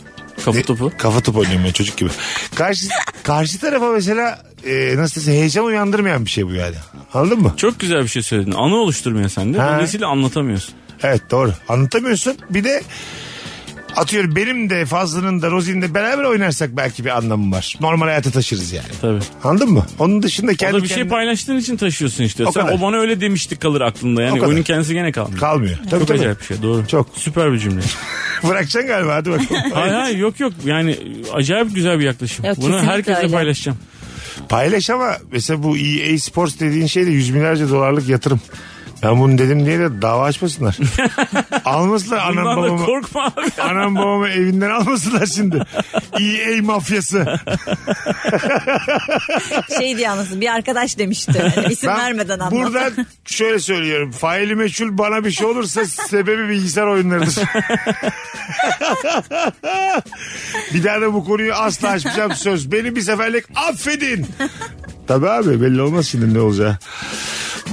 [SPEAKER 6] Kapı topu.
[SPEAKER 4] Kafa topu oynuyorum ya çocuk gibi. Karşı, karşı tarafa mesela e, nasıl desem heyecan uyandırmayan bir şey bu yani. Anladın mı?
[SPEAKER 6] Çok güzel bir şey söyledin. Anı oluşturmuyor sende.
[SPEAKER 4] Ha.
[SPEAKER 6] Dolayısıyla anlatamıyorsun.
[SPEAKER 4] Evet doğru. Anlatamıyorsun. Bir de atıyorum benim de Fazlı'nın da Rozi'nin de beraber oynarsak belki bir anlamı var. Normal hayata taşırız yani.
[SPEAKER 6] Tabii.
[SPEAKER 4] Anladın mı? Onun dışında
[SPEAKER 6] O
[SPEAKER 4] kendi
[SPEAKER 6] da bir şey
[SPEAKER 4] kendine
[SPEAKER 6] paylaştığın için taşıyorsun işte.
[SPEAKER 4] O
[SPEAKER 6] Sen
[SPEAKER 4] kadar.
[SPEAKER 6] o bana öyle demişti kalır aklında
[SPEAKER 4] O
[SPEAKER 6] yani.
[SPEAKER 4] kadar.
[SPEAKER 6] Oyunun kendisi gene kalmıyor.
[SPEAKER 4] kalmıyor. Tabii
[SPEAKER 6] Çok
[SPEAKER 4] tabii.
[SPEAKER 6] acayip bir şey doğru.
[SPEAKER 4] Çok.
[SPEAKER 6] Süper bir cümle.
[SPEAKER 4] [LAUGHS] Bırakacaksın galiba hadi bakalım.
[SPEAKER 6] [LAUGHS] hayır hayır yok yok yani acayip güzel bir yaklaşım.
[SPEAKER 5] Yok,
[SPEAKER 6] Bunu
[SPEAKER 5] kesinlikle
[SPEAKER 6] herkese
[SPEAKER 5] öyle.
[SPEAKER 6] paylaşacağım.
[SPEAKER 4] Paylaş ama mesela bu EA Sports dediğin şey de yüz binlerce dolarlık yatırım. Ben bunu dedim diye de dava açmasınlar.
[SPEAKER 6] [LAUGHS]
[SPEAKER 4] Almasınlar anam
[SPEAKER 6] Bundan da
[SPEAKER 4] babamı.
[SPEAKER 6] korkma
[SPEAKER 4] [LAUGHS]
[SPEAKER 6] abi.
[SPEAKER 4] Anam babamı evinden almasınlar şimdi. EA mafyası.
[SPEAKER 5] Şey diye anlasın bir arkadaş demişti.
[SPEAKER 4] [LAUGHS]
[SPEAKER 5] Hani isim vermeden anlat. [LAUGHS]
[SPEAKER 4] buradan şöyle söylüyorum. Faili meçhul bana bir şey olursa sebebi bilgisayar oyunlarıdır. [LAUGHS] bir daha da bu konuyu asla açmayacağım söz. Beni bir seferlik affedin. Tabii abi belli olmaz şimdi ne olacağı.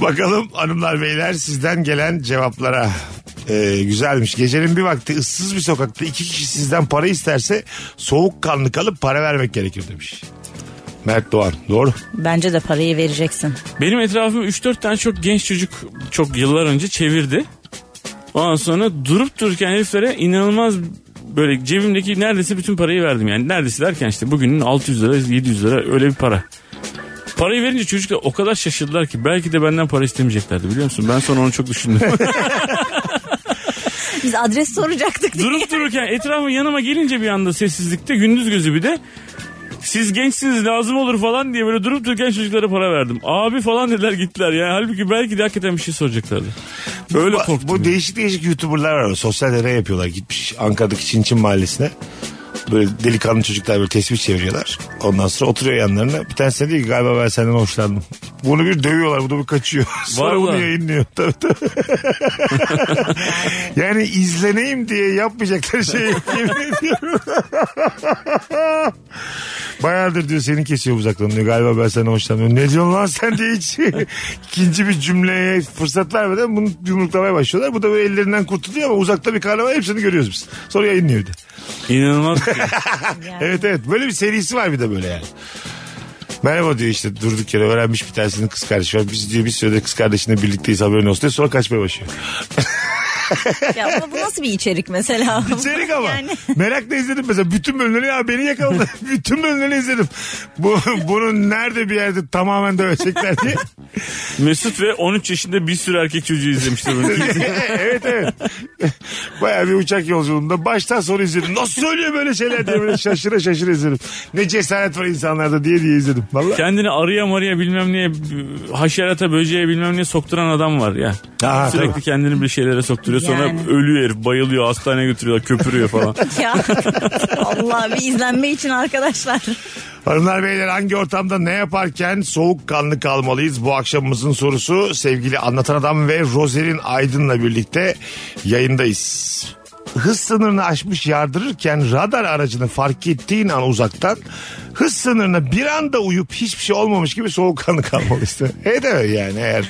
[SPEAKER 4] Bakalım hanımlar beyler sizden gelen cevaplara. Ee, güzelmiş. Gecenin bir vakti ıssız bir sokakta iki kişi sizden para isterse soğukkanlı kalıp para vermek gerekir demiş. Mert Doğan. Doğru.
[SPEAKER 5] Bence de parayı vereceksin.
[SPEAKER 6] Benim etrafım 3-4 tane çok genç çocuk çok yıllar önce çevirdi. Ondan sonra durup dururken heriflere inanılmaz böyle cebimdeki neredeyse bütün parayı verdim. Yani neredeyse derken işte bugünün 600 lira 700 lira öyle bir para. Parayı verince çocuklar o kadar şaşırdılar ki belki de benden para istemeyeceklerdi biliyor musun? Ben sonra onu çok düşündüm.
[SPEAKER 5] Biz
[SPEAKER 4] [LAUGHS]
[SPEAKER 5] adres soracaktık diye.
[SPEAKER 6] Durup dururken etrafım yanıma gelince bir anda sessizlikte gündüz gözü bir de siz gençsiniz lazım olur falan diye böyle durup dururken çocuklara para verdim. Abi falan dediler gittiler yani halbuki belki de hakikaten bir şey soracaklardı. Öyle
[SPEAKER 4] Bu-
[SPEAKER 6] korktum.
[SPEAKER 4] Bu değişik değişik YouTuber'lar var. Sosyal deney yapıyorlar. Gitmiş Ankara'daki Çin Çin mahallesine. Böyle delikanlı çocuklar böyle tesbih çeviriyorlar. Ondan sonra oturuyor yanlarına. Bir tanesi de diyor ki galiba ben senden hoşlandım. Bunu bir dövüyorlar. Bu da bir kaçıyor. [LAUGHS] Sonra bunu
[SPEAKER 6] Vallahi.
[SPEAKER 4] yayınlıyor. Tabii, tabii. [LAUGHS] yani izleneyim diye yapmayacakları şeyi yemin ediyorum. [LAUGHS] Bayağıdır diyor seni kesiyor uzaktan diyor. Galiba ben senden hoşlanmıyorum. Ne diyorsun lan sen diye hiç [LAUGHS] ikinci bir cümleye fırsat vermeden bunu yumruklamaya başlıyorlar. Bu da böyle ellerinden kurtuluyor ama uzakta bir karnaval hepsini görüyoruz biz. Sonra yayınlıyor bir de.
[SPEAKER 6] İnanılmaz. bir şey.
[SPEAKER 4] Evet evet böyle bir serisi var bir de böyle yani. Merhaba diyor işte durduk yere öğrenmiş bir tanesinin kız kardeşi var. Biz diyor bir sürede kız kardeşinle birlikteyiz haberin olsun diyor. Sonra kaçmaya başlıyor.
[SPEAKER 5] Ya bu, bu nasıl bir içerik mesela?
[SPEAKER 4] İçerik ama.
[SPEAKER 5] [LAUGHS] Yani
[SPEAKER 4] [LAUGHS] Merakla izledim mesela. Bütün bölümleri ya beni yakaladı. Bütün bölümleri izledim. Bu, [LAUGHS] bunun nerede bir yerde tamamen dövecekler diye.
[SPEAKER 6] [LAUGHS]
[SPEAKER 4] [LAUGHS]
[SPEAKER 6] Mesut ve 13 yaşında bir sürü erkek çocuğu izlemişti bunu.
[SPEAKER 4] evet evet. Baya bir uçak yolculuğunda baştan sona izledim. Nasıl söylüyor böyle şeyler diye böyle şaşıra şaşıra izledim. Ne cesaret var insanlarda diye diye izledim. Vallahi.
[SPEAKER 6] Kendini arıya marıya bilmem neye haşerata böceğe bilmem neye sokturan adam var ya.
[SPEAKER 4] Aa,
[SPEAKER 6] Sürekli
[SPEAKER 4] tabii.
[SPEAKER 6] kendini bir şeylere sokturuyor sonra
[SPEAKER 5] Yani.
[SPEAKER 6] ölüyor herif
[SPEAKER 4] [LAUGHS]
[SPEAKER 6] bayılıyor hastaneye götürüyorlar köpürüyor falan.
[SPEAKER 5] ya Allah bir izlenme için arkadaşlar.
[SPEAKER 4] Hanımlar beyler hangi ortamda ne yaparken soğukkanlı kalmalıyız? Bu akşamımızın sorusu sevgili Anlatan Adam ve Rozer'in Aydın'la birlikte yayındayız. Hız sınırını aşmış yardırırken radar aracını fark ettiğin an uzaktan hız sınırına bir anda uyup hiçbir şey olmamış gibi soğukkanlı kalmalıyız. [LAUGHS] evet evet yani eğer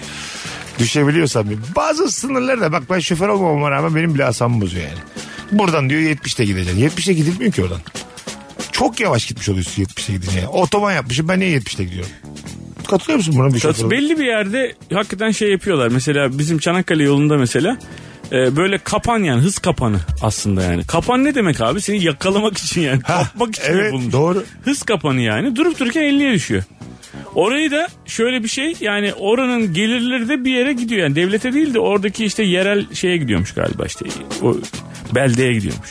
[SPEAKER 4] düşebiliyorsan. bir- Bazı sınırlar da bak ben şoför olmamama rağmen benim bile asam bozuyor yani. Buradan diyor 70'te gideceksin. 70'te gidilmiyor ki oradan. Çok yavaş gitmiş oluyorsun 70'e gidince. Yani. Otoban yapmışım ben niye 70'te gidiyorum? Katılıyor musun buna bir şoför?
[SPEAKER 6] Tat-
[SPEAKER 4] olarak?
[SPEAKER 6] belli bir yerde hakikaten şey yapıyorlar. Mesela bizim Çanakkale yolunda mesela e, böyle kapan yani hız kapanı aslında yani. Kapan ne demek abi? Seni yakalamak için yani.
[SPEAKER 4] Ha,
[SPEAKER 6] Kapmak için
[SPEAKER 4] evet,
[SPEAKER 6] yapılmış.
[SPEAKER 4] doğru.
[SPEAKER 6] Şey Hız kapanı yani. Durup dururken 50'ye düşüyor. Orayı da şöyle bir şey yani oranın gelirleri de bir yere gidiyor. Yani devlete değil de oradaki işte yerel şeye gidiyormuş galiba işte o beldeye gidiyormuş.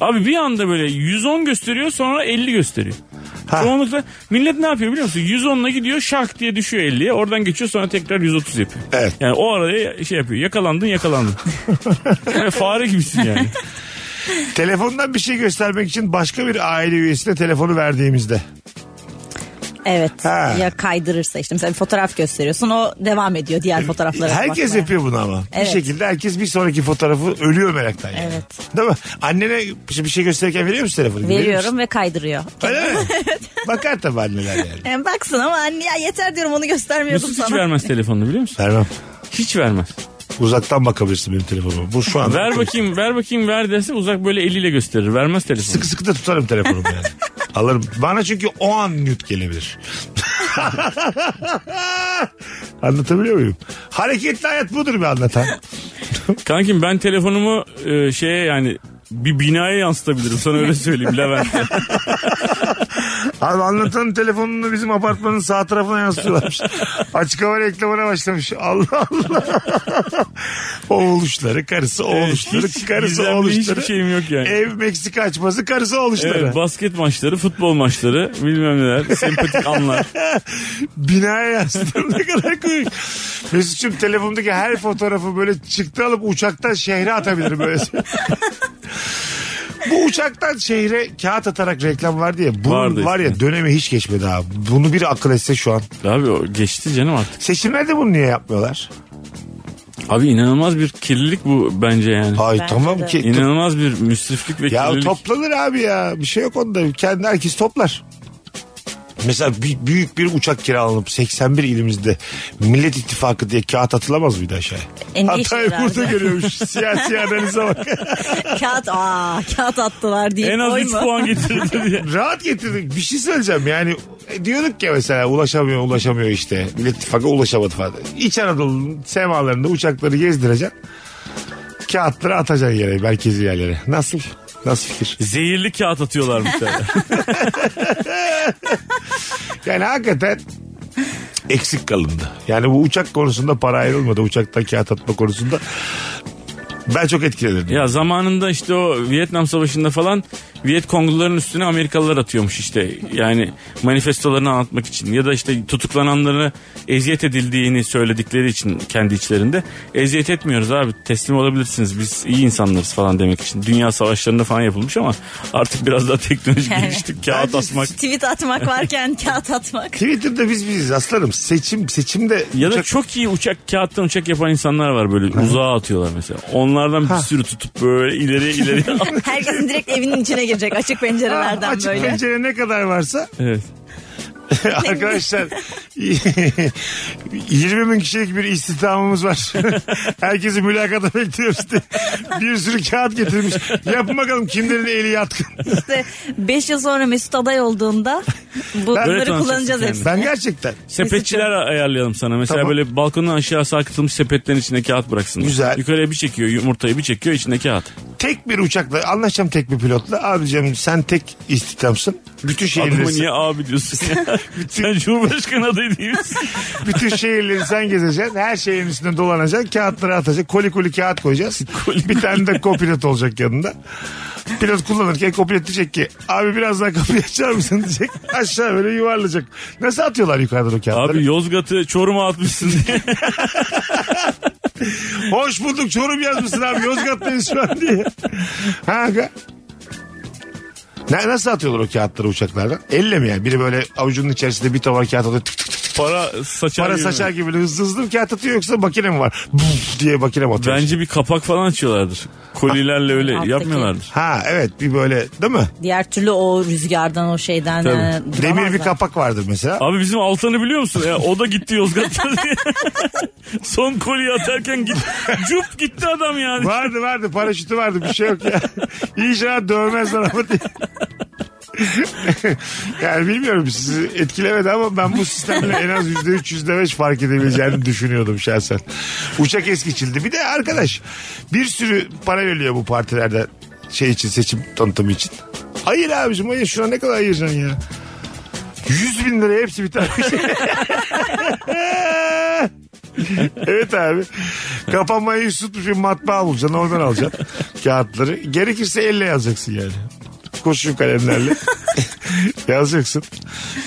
[SPEAKER 6] Abi bir anda böyle 110 gösteriyor sonra 50 gösteriyor.
[SPEAKER 4] Ha.
[SPEAKER 6] Çoğunlukla millet ne yapıyor biliyor musun? 110'la gidiyor şak diye düşüyor 50'ye. Oradan geçiyor sonra tekrar 130 yapıyor.
[SPEAKER 4] Evet.
[SPEAKER 6] Yani o araya şey yapıyor.
[SPEAKER 4] [LAUGHS]
[SPEAKER 6] Yakalandın yakalandın. yani fare gibisin yani.
[SPEAKER 4] Telefondan bir şey göstermek için başka bir aile üyesine telefonu verdiğimizde.
[SPEAKER 5] Evet.
[SPEAKER 4] Ha.
[SPEAKER 5] Ya kaydırırsa işte mesela bir fotoğraf gösteriyorsun o devam ediyor diğer fotoğraflara.
[SPEAKER 4] Herkes
[SPEAKER 5] bakmaya.
[SPEAKER 4] yapıyor bunu ama.
[SPEAKER 5] Evet.
[SPEAKER 4] Bir şekilde herkes bir sonraki fotoğrafı ölüyor meraktan. Yani.
[SPEAKER 5] Evet.
[SPEAKER 4] Değil mi? Annene bir şey gösterirken veriyor musun telefonu? Veriyor musun?
[SPEAKER 5] Veriyorum ve kaydırıyor. [LAUGHS]
[SPEAKER 4] Öyle mi? Bakar tabii anneler yani.
[SPEAKER 5] Yani baksın ama anne ya yeter diyorum onu göstermiyordum
[SPEAKER 6] Mesut
[SPEAKER 5] sana.
[SPEAKER 6] hiç vermez telefonunu biliyor musun?
[SPEAKER 4] Vermem.
[SPEAKER 6] Hiç vermez.
[SPEAKER 4] Uzaktan bakabilirsin benim telefonuma. Bu şu an.
[SPEAKER 6] Ver bakayım ver bakayım ver derse uzak böyle eliyle gösterir. Vermez telefonu.
[SPEAKER 4] Sıkı sıkı da tutarım telefonumu
[SPEAKER 6] [LAUGHS]
[SPEAKER 4] yani. Alırım. Bana çünkü o an nüt gelebilir. [LAUGHS] Anlatabiliyor muyum? Hareketli hayat budur bir anlatan.
[SPEAKER 6] Kankim ben telefonumu e, şeye yani bir binaya yansıtabilirim sana öyle söyleyeyim Levent.
[SPEAKER 4] [LAUGHS] Abi anlatanın telefonunu bizim apartmanın sağ tarafına
[SPEAKER 6] [LAUGHS]
[SPEAKER 4] yansıtıyorlarmış. Açık hava reklamına başlamış. Allah Allah. [LAUGHS] oğuluşları, karısı oğuluşları,
[SPEAKER 6] hiç
[SPEAKER 4] karısı
[SPEAKER 6] gizemli
[SPEAKER 4] oğuluşları.
[SPEAKER 6] hiçbir şeyim yok yani.
[SPEAKER 4] Ev Meksika açması, karısı oğuluşları.
[SPEAKER 6] Evet, basket maçları, futbol maçları bilmem neler. Sempatik anlar.
[SPEAKER 4] Binaya yansıdım [LAUGHS] ne kadar komik. Mesut'cum telefondaki her fotoğrafı böyle çıktı alıp uçaktan şehre atabilirim böyle. [LAUGHS] Bu uçaktan şehre kağıt atarak reklam var diye. Bunun
[SPEAKER 6] Vardı
[SPEAKER 4] var ya
[SPEAKER 6] eskiden.
[SPEAKER 4] dönemi hiç geçmedi abi. Bunu bir akıl etse şu an.
[SPEAKER 6] Abi o geçti canım artık.
[SPEAKER 4] Seçimlerde bunu niye yapmıyorlar?
[SPEAKER 6] Abi inanılmaz bir kirlilik bu bence yani.
[SPEAKER 4] Ay
[SPEAKER 5] Bence
[SPEAKER 4] tamam
[SPEAKER 5] de.
[SPEAKER 4] ki.
[SPEAKER 6] İnanılmaz bir müsriflik ve
[SPEAKER 4] Ya
[SPEAKER 6] kirlilik.
[SPEAKER 4] toplanır abi ya. Bir şey yok onda. Kendi herkes toplar. Mesela bi- büyük bir uçak kiralanıp 81 ilimizde Millet İttifakı diye kağıt atılamaz mıydı aşağıya?
[SPEAKER 5] E, ne
[SPEAKER 4] Hatay'ı
[SPEAKER 5] işin var
[SPEAKER 4] burada
[SPEAKER 5] abi?
[SPEAKER 4] görüyormuş. Siyasi analize bak. [LAUGHS]
[SPEAKER 5] Kağıt aa kağıt attılar diye.
[SPEAKER 6] en az
[SPEAKER 5] koy
[SPEAKER 6] 3
[SPEAKER 5] mu?
[SPEAKER 6] puan getirdi
[SPEAKER 4] [LAUGHS]
[SPEAKER 6] diye.
[SPEAKER 4] Rahat getirdik. Bir şey söyleyeceğim yani. e, diyorduk ya mesela ulaşamıyor ulaşamıyor işte. Millet İttifakı ulaşamadı falan. İç Anadolu'nun semalarında uçakları gezdireceksin. Kağıtları atacaksın yere merkezi yerlere. Nasıl? Nasıl fikir?
[SPEAKER 6] Zehirli kağıt atıyorlar bir tane.
[SPEAKER 4] Yani hakikaten eksik kalındı. Yani bu uçak konusunda para ayrılmadı. Uçaktan kağıt atma konusunda. Ben çok etkilenirdim.
[SPEAKER 6] ya zamanında işte o Vietnam Savaşı'nda falan Vietkongluların üstüne Amerikalılar atıyormuş işte. Yani manifestolarını anlatmak için ya da işte tutuklananları eziyet edildiğini söyledikleri için kendi içlerinde. Eziyet etmiyoruz abi teslim olabilirsiniz biz iyi insanlarız falan demek için. Dünya savaşlarında falan yapılmış ama artık biraz daha teknoloji
[SPEAKER 5] Yani.
[SPEAKER 6] gelişti. Kağıt atmak.
[SPEAKER 5] Tweet
[SPEAKER 6] [LAUGHS]
[SPEAKER 5] atmak varken kağıt atmak.
[SPEAKER 4] Twitter'da biz biziz aslanım. Seçim seçimde
[SPEAKER 6] Ya da çok iyi uçak kağıttan uçak yapan insanlar var böyle uzağa atıyorlar mesela. Onlardan bir sürü tutup böyle ileriye [LAUGHS] ileriye.
[SPEAKER 5] Herkesin direkt evinin içine girecek açık pencerelerden
[SPEAKER 4] açık
[SPEAKER 5] böyle.
[SPEAKER 4] pencere ne kadar
[SPEAKER 6] [LAUGHS]
[SPEAKER 4] varsa [LAUGHS]
[SPEAKER 6] evet.
[SPEAKER 4] Arkadaşlar [LAUGHS] 20 bin kişilik bir istihdamımız
[SPEAKER 6] [LAUGHS]
[SPEAKER 4] var. Herkesi mülakata bekliyoruz diye. Bir sürü kağıt getirmiş. Yapın bakalım kimlerin eli yatkın.
[SPEAKER 5] İşte 5 yıl sonra Mesut aday olduğunda bu-
[SPEAKER 6] Böyle
[SPEAKER 5] bunları
[SPEAKER 6] tanışacaksın
[SPEAKER 5] kullanacağız
[SPEAKER 6] kendini.
[SPEAKER 5] hepsini.
[SPEAKER 4] Ben gerçekten.
[SPEAKER 6] Sepetçiler ayarlayalım sana. Mesela
[SPEAKER 4] Tamam.
[SPEAKER 6] böyle balkondan aşağı sarkıtılmış sepetlerin içine kağıt bıraksınlar.
[SPEAKER 4] Güzel.
[SPEAKER 6] Yukarıya bir çekiyor yumurtayı bir çekiyor içinde kağıt.
[SPEAKER 4] Tek bir uçakla anlaşacağım tek bir pilotla. Abicim sen tek istihdamsın. Bütün
[SPEAKER 6] Adama
[SPEAKER 4] şehirleri,
[SPEAKER 6] niye
[SPEAKER 4] [LAUGHS]
[SPEAKER 6] abi diyorsun ya? [LAUGHS] Sen Cumhurbaşkanı adayı değil misin?
[SPEAKER 4] bütün şehirleri sen gezeceksin. Her şeyin üstüne dolanacaksın. Kağıtları atacaksın. Koli koli kağıt koyacağız.
[SPEAKER 6] [LAUGHS]
[SPEAKER 4] bir tane de kopilot olacak yanında. Pilot kullanırken kopilot diyecek ki abi biraz daha kapıyı açar mısın diyecek. Aşağı böyle yuvarlayacak. Nasıl atıyorlar yukarıdan o kağıtları?
[SPEAKER 6] abi Yozgat'ı Çorum'a atmışsın diye.
[SPEAKER 4] [LAUGHS] Hoş bulduk Çorum yazmışsın abi Yozgat'tayız şu an diye. Ha, aga. Ne, nasıl atıyorlar o kağıtları uçaklardan? Elle mi yani? Biri böyle avucunun içerisinde bir tavar kağıt alıyor. Tık tık tık.
[SPEAKER 6] Para saçar
[SPEAKER 4] Para
[SPEAKER 6] gibi.
[SPEAKER 4] saçar gibi böyle hızlı hızlı kağıt atıyor yoksa makine mi var? Buf diye makine mi atıyor?
[SPEAKER 6] Bence bir kapak falan açıyorlardır. Kolilerle öyle
[SPEAKER 5] Alttaki.
[SPEAKER 6] yapmıyorlardır.
[SPEAKER 4] Ha evet bir böyle değil mi?
[SPEAKER 5] Diğer türlü o rüzgardan o şeyden
[SPEAKER 6] Tabii.
[SPEAKER 5] e,
[SPEAKER 4] Demir bir
[SPEAKER 5] duramazlar.
[SPEAKER 4] kapak vardır mesela.
[SPEAKER 6] Abi bizim Altan'ı biliyor musun? Ya, o da gitti Yozgat'ta diye. [LAUGHS] Son koliyi atarken git, cup gitti adam yani.
[SPEAKER 4] Vardı vardı paraşütü vardı bir şey yok ya. İnşallah dövmezler ama diye. yani bilmiyorum sizi etkilemedi ama ben bu sistemle en az yüzde üç yüzde beş fark edebileceğini düşünüyordum şahsen. Uçak es geçildi. Bir de arkadaş bir sürü para veriliyor bu partilerde şey için seçim tanıtımı için. Hayır abicim hayır şuna ne kadar ayıracaksın ya. 100 bin lira hepsi biter. evet abi. Kapanmayı yüz tutmuş bir matbaa bulacaksın. Oradan alacaksın kağıtları. Gerekirse elle yazacaksın yani. Kurşun kalemlerle. yazacaksın.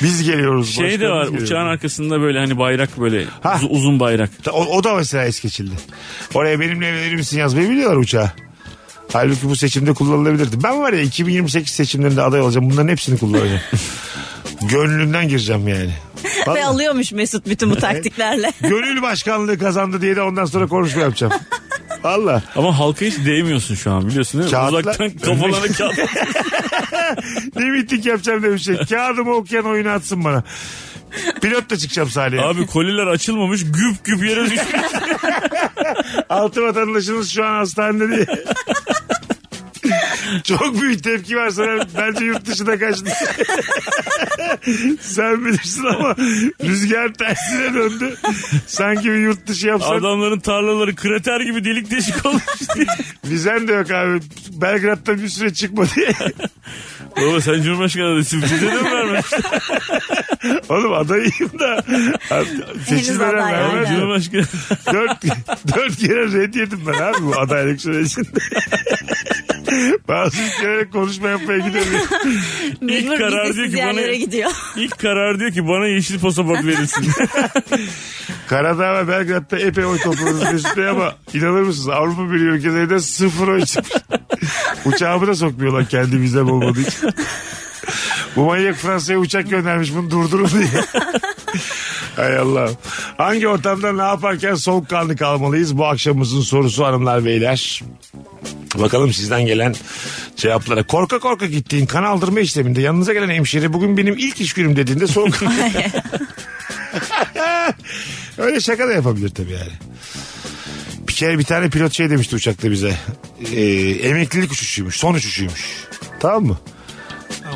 [SPEAKER 4] Biz geliyoruz.
[SPEAKER 6] Şey de
[SPEAKER 4] başkanımız
[SPEAKER 6] var
[SPEAKER 4] geliyor.
[SPEAKER 6] uçağın arkasında böyle hani bayrak böyle
[SPEAKER 4] Ha.
[SPEAKER 6] uz- uzun bayrak.
[SPEAKER 4] O, o da mesela es geçildi. Oraya benimle evlenir misin yazmayı biliyorlar uçağa. Halbuki bu seçimde kullanılabilirdi. Ben var ya 2028 seçimlerinde aday olacağım. Bunların hepsini
[SPEAKER 6] [LAUGHS]
[SPEAKER 4] kullanacağım. Gönlünden gireceğim yani. Vallahi.
[SPEAKER 5] Ve alıyormuş Mesut bütün bu taktiklerle.
[SPEAKER 4] Gönül başkanlığı kazandı diye de ondan sonra konuşma yapacağım. Valla.
[SPEAKER 6] Ama halka hiç değmiyorsun şu an biliyorsun değil mi?
[SPEAKER 4] Kağıtlar-
[SPEAKER 6] Uzaktan kafalarına kağıt.
[SPEAKER 4] [LAUGHS] Ne miting yapacağım demişim. Kağıdımı okuyan oyunu atsın bana. Pilot da çıkacağım sahneye.
[SPEAKER 6] Abi koliler açılmamış güp güp yere düşmüş.
[SPEAKER 4] [LAUGHS] Altı vatandaşınız şu an hastanede diye. Çok büyük tepki var sana. Bence yurt dışına kaçtı. Sen bilirsin ama rüzgar tersine döndü. Sanki bir yurt dışı yapsan.
[SPEAKER 6] Adamların tarlaları krater gibi delik
[SPEAKER 4] [LAUGHS]
[SPEAKER 6] deşik olmuş.
[SPEAKER 4] Vizen de yok abi. Belgrad'da bir süre çıkma diye.
[SPEAKER 6] Baba sen Cumhurbaşkanı adayısın. Bize de
[SPEAKER 4] [LAUGHS]
[SPEAKER 6] mi vermemiş?
[SPEAKER 4] Oğlum adayım da. Seçilmeden
[SPEAKER 5] aday,
[SPEAKER 4] vermez.
[SPEAKER 5] aynen.
[SPEAKER 4] mi?
[SPEAKER 6] Cumhurbaşkanı.
[SPEAKER 4] dört, dört kere red yedim ben abi bu adaylık sürecinde. Bazı ülkelere konuşma yapmaya gidiyorum.
[SPEAKER 5] Mecbur
[SPEAKER 6] karar
[SPEAKER 5] vizesiz
[SPEAKER 6] diyor ki bana-
[SPEAKER 5] yerlere gidiyor.
[SPEAKER 6] İlk karar diyor ki bana yeşil pasaport verilsin. [LAUGHS]
[SPEAKER 4] Karadağ ve Belgrad'da epey oy topladınız Mesut Bey ama inanır mısınız Avrupa Birliği ülkelerinde sıfır oy çıkmış. Uçağımı da sokmuyorlar kendi vizem olmadığı için. Bu manyak Fransa'ya uçak göndermiş bunu durdurun diye. Hay Allah. Hangi ortamda ne yaparken soğukkanlı kalmalıyız? Bu akşamımızın sorusu hanımlar beyler. Bakalım sizden gelen cevaplara. Korka korka gittiğin kan aldırma işleminde yanınıza gelen hemşire bugün benim ilk iş günüm dediğinde soğuk. Öyle şaka da yapabilir tabii yani. Bir kere bir tane pilot şey demişti uçakta bize. Ee, emeklilik uçuşuymuş. Son uçuşuymuş. Tamam mı?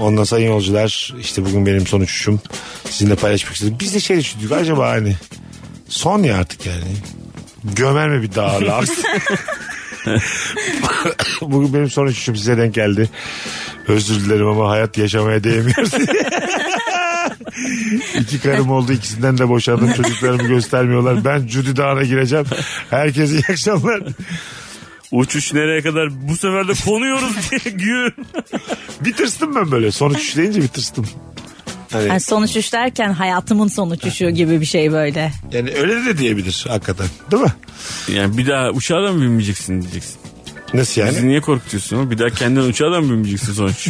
[SPEAKER 4] Ondan sayın yolcular işte bugün benim son uçuşum. Sizinle paylaşmak istedim. Biz de şey düşündük acaba hani son ya artık yani. Gömer mi bir daha lan? bugün benim son uçuşum size denk geldi. Özür dilerim ama hayat yaşamaya değmiyor. İki karım oldu ikisinden de
[SPEAKER 5] [LAUGHS]
[SPEAKER 4] boşandım çocuklarımı göstermiyorlar. Ben Judy Dağı'na gireceğim. Herkese iyi akşamlar.
[SPEAKER 6] Uçuş nereye kadar bu sefer de konuyoruz [LAUGHS] diye gül.
[SPEAKER 4] Bir tırstım ben böyle. Son üç deyince bir tırstım.
[SPEAKER 5] Yani sonuç üç derken hayatımın sonuç üçü gibi bir şey böyle.
[SPEAKER 4] Yani öyle de diyebilir hakikaten. Değil mi?
[SPEAKER 6] Yani bir daha uçağa da mı binmeyeceksin diyeceksin.
[SPEAKER 4] Nasıl
[SPEAKER 6] Bizi
[SPEAKER 4] yani?
[SPEAKER 6] niye korkutuyorsun? oğlum? Bir daha kendin uçağa da mı
[SPEAKER 4] [LAUGHS]
[SPEAKER 6] binmeyeceksin sonuç?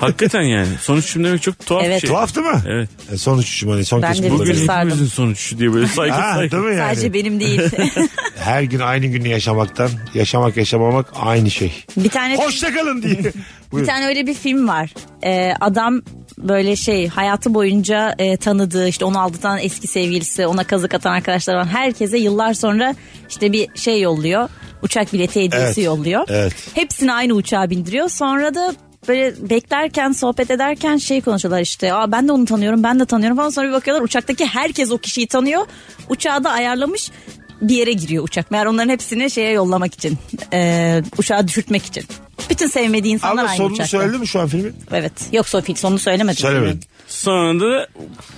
[SPEAKER 6] Hakikaten yani. Sonuç şimdi demek çok tuhaf
[SPEAKER 5] Evet.
[SPEAKER 6] bir şey.
[SPEAKER 4] Tuhaf değil mi?
[SPEAKER 6] Evet.
[SPEAKER 4] E, Son uçuşum hani son
[SPEAKER 5] Ben
[SPEAKER 4] kez
[SPEAKER 5] de
[SPEAKER 4] burada
[SPEAKER 5] bir
[SPEAKER 6] Bugün
[SPEAKER 4] benim.
[SPEAKER 5] Sardım.
[SPEAKER 6] hepimizin sonuç diye böyle
[SPEAKER 4] [LAUGHS]
[SPEAKER 6] saygı
[SPEAKER 4] Ha,
[SPEAKER 6] saygı.
[SPEAKER 4] değil mi yani?
[SPEAKER 5] Sadece benim değil. [LAUGHS]
[SPEAKER 4] Her gün aynı günü yaşamaktan yaşamak yaşamamak aynı şey.
[SPEAKER 5] bir tane
[SPEAKER 4] Hoşçakalın diye.
[SPEAKER 5] [LAUGHS] bir
[SPEAKER 4] Buyurun.
[SPEAKER 5] tane öyle bir film var. Ee, adam böyle şey hayatı boyunca e, tanıdığı işte onu aldatan eski sevgilisi ona kazık atan arkadaşlar olan herkese yıllar sonra işte bir şey yolluyor. Uçak bileti hediyesi
[SPEAKER 4] Evet.
[SPEAKER 5] yolluyor.
[SPEAKER 4] Evet.
[SPEAKER 5] Hepsini aynı uçağa bindiriyor. Sonra da böyle beklerken sohbet ederken şey konuşuyorlar işte. Aa ben de onu tanıyorum ben de tanıyorum falan sonra bir bakıyorlar uçaktaki herkes o kişiyi tanıyor. Uçağı da ayarlamış bir yere giriyor uçak. Meğer onların hepsini şeye yollamak için. e, uçağa düşürtmek için. Bütün sevmediği insanlar
[SPEAKER 4] Ama
[SPEAKER 5] aynı
[SPEAKER 4] sonunu
[SPEAKER 5] uçakta.
[SPEAKER 4] söyledi mi şu an filmin?
[SPEAKER 5] Evet. Yoksa o film sonunu söylemedim.
[SPEAKER 4] Söylemedim.
[SPEAKER 6] Sonunda da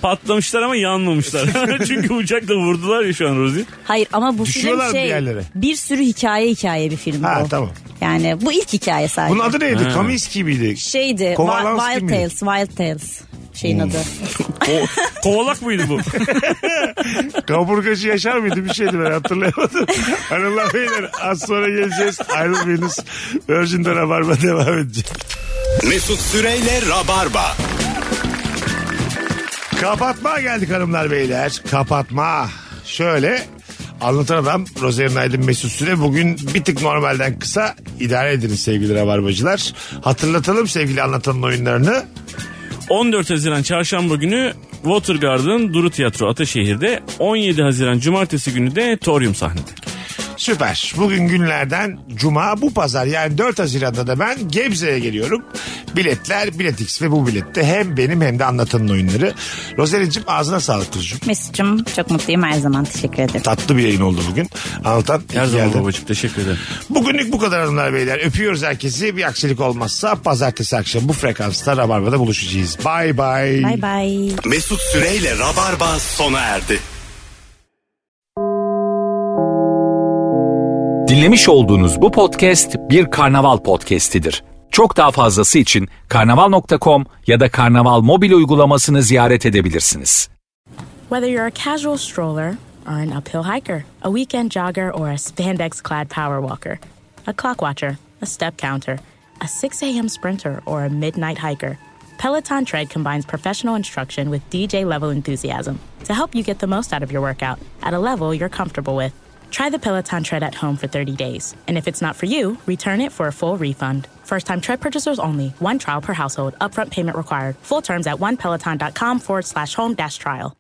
[SPEAKER 6] patlamışlar ama yanmamışlar. [LAUGHS] Çünkü uçakla vurdular ya şu an Rozi.
[SPEAKER 5] Hayır ama bu
[SPEAKER 4] Düşüyorlar
[SPEAKER 5] film
[SPEAKER 4] mı
[SPEAKER 5] şey
[SPEAKER 4] bir yerlere?
[SPEAKER 5] bir sürü hikaye hikaye bir film
[SPEAKER 4] Ha,
[SPEAKER 5] bu.
[SPEAKER 4] tamam.
[SPEAKER 5] Yani bu ilk hikaye sadece.
[SPEAKER 4] Bunun adı neydi? Kaminski miydi?
[SPEAKER 5] Şeydi
[SPEAKER 4] Kovalanski
[SPEAKER 5] Wi- Wild
[SPEAKER 4] miydi?
[SPEAKER 5] Tales, Wild Tales şeyin
[SPEAKER 4] Hmm.
[SPEAKER 5] adı.
[SPEAKER 6] Ko- kovalak mıydı bu?
[SPEAKER 4] Kaburgacı yaşar mıydı bir şeydi ben hatırlayamadım. Hanımlar beyler az sonra geleceğiz. Ayrılmayınız. Virgin'de Rabarba devam edecek.
[SPEAKER 3] Mesut Süreyle Rabarba.
[SPEAKER 4] Kapatma geldik hanımlar beyler. Kapatma. Şöyle anlatan adam Rozerin Aydın Mesut Süre bugün bir tık normalden kısa idare ediniz sevgili rabarbacılar. Hatırlatalım sevgili anlatanın oyunlarını.
[SPEAKER 6] 14 Haziran Çarşamba günü Watergarden Duru Tiyatro Ataşehir'de 17 Haziran Cumartesi günü de Torium sahnede.
[SPEAKER 4] Süper. Bugün günlerden Cuma bu pazar yani 4 Haziran'da da ben Gebze'ye geliyorum. Biletler Biletix ve bu bilette hem benim hem de anlatanın oyunları. Rozerin'cim ağzına sağlık kuzucuğum.
[SPEAKER 5] Mesut'cum çok mutluyum her zaman teşekkür ederim.
[SPEAKER 4] Tatlı bir yayın oldu bugün. Anlatan iyi
[SPEAKER 6] Her
[SPEAKER 4] ki
[SPEAKER 6] zaman
[SPEAKER 4] geldin.
[SPEAKER 6] babacığım teşekkür ederim.
[SPEAKER 4] Bugünlük bu kadar hanımlar beyler. Öpüyoruz herkesi. Bir aksilik olmazsa pazartesi akşam bu frekansta Rabarba'da buluşacağız. Bay bay.
[SPEAKER 5] Bay bay.
[SPEAKER 3] Mesut Süreyle Rabarba sona erdi.
[SPEAKER 7] Dinlemiş olduğunuz bu podcast bir karnaval podcastidir. Çok daha fazlası için karnaval.com ya da karnaval mobil uygulamasını ziyaret edebilirsiniz.
[SPEAKER 1] Whether you're a casual stroller or an uphill hiker, a weekend jogger or a spandex clad power walker, a clock watcher, a step counter, a 6 a.m. sprinter, or a midnight hiker, Peloton Tread combines professional instruction with DJ level enthusiasm to help you get the most out of your workout at a level you're comfortable with. Try the Peloton Tread at home for 30 days, and if it's not for you, return it for a full refund. First time tread purchasers only, one trial per household, upfront payment required. Full terms at onepeloton.com forward slash home dash trial.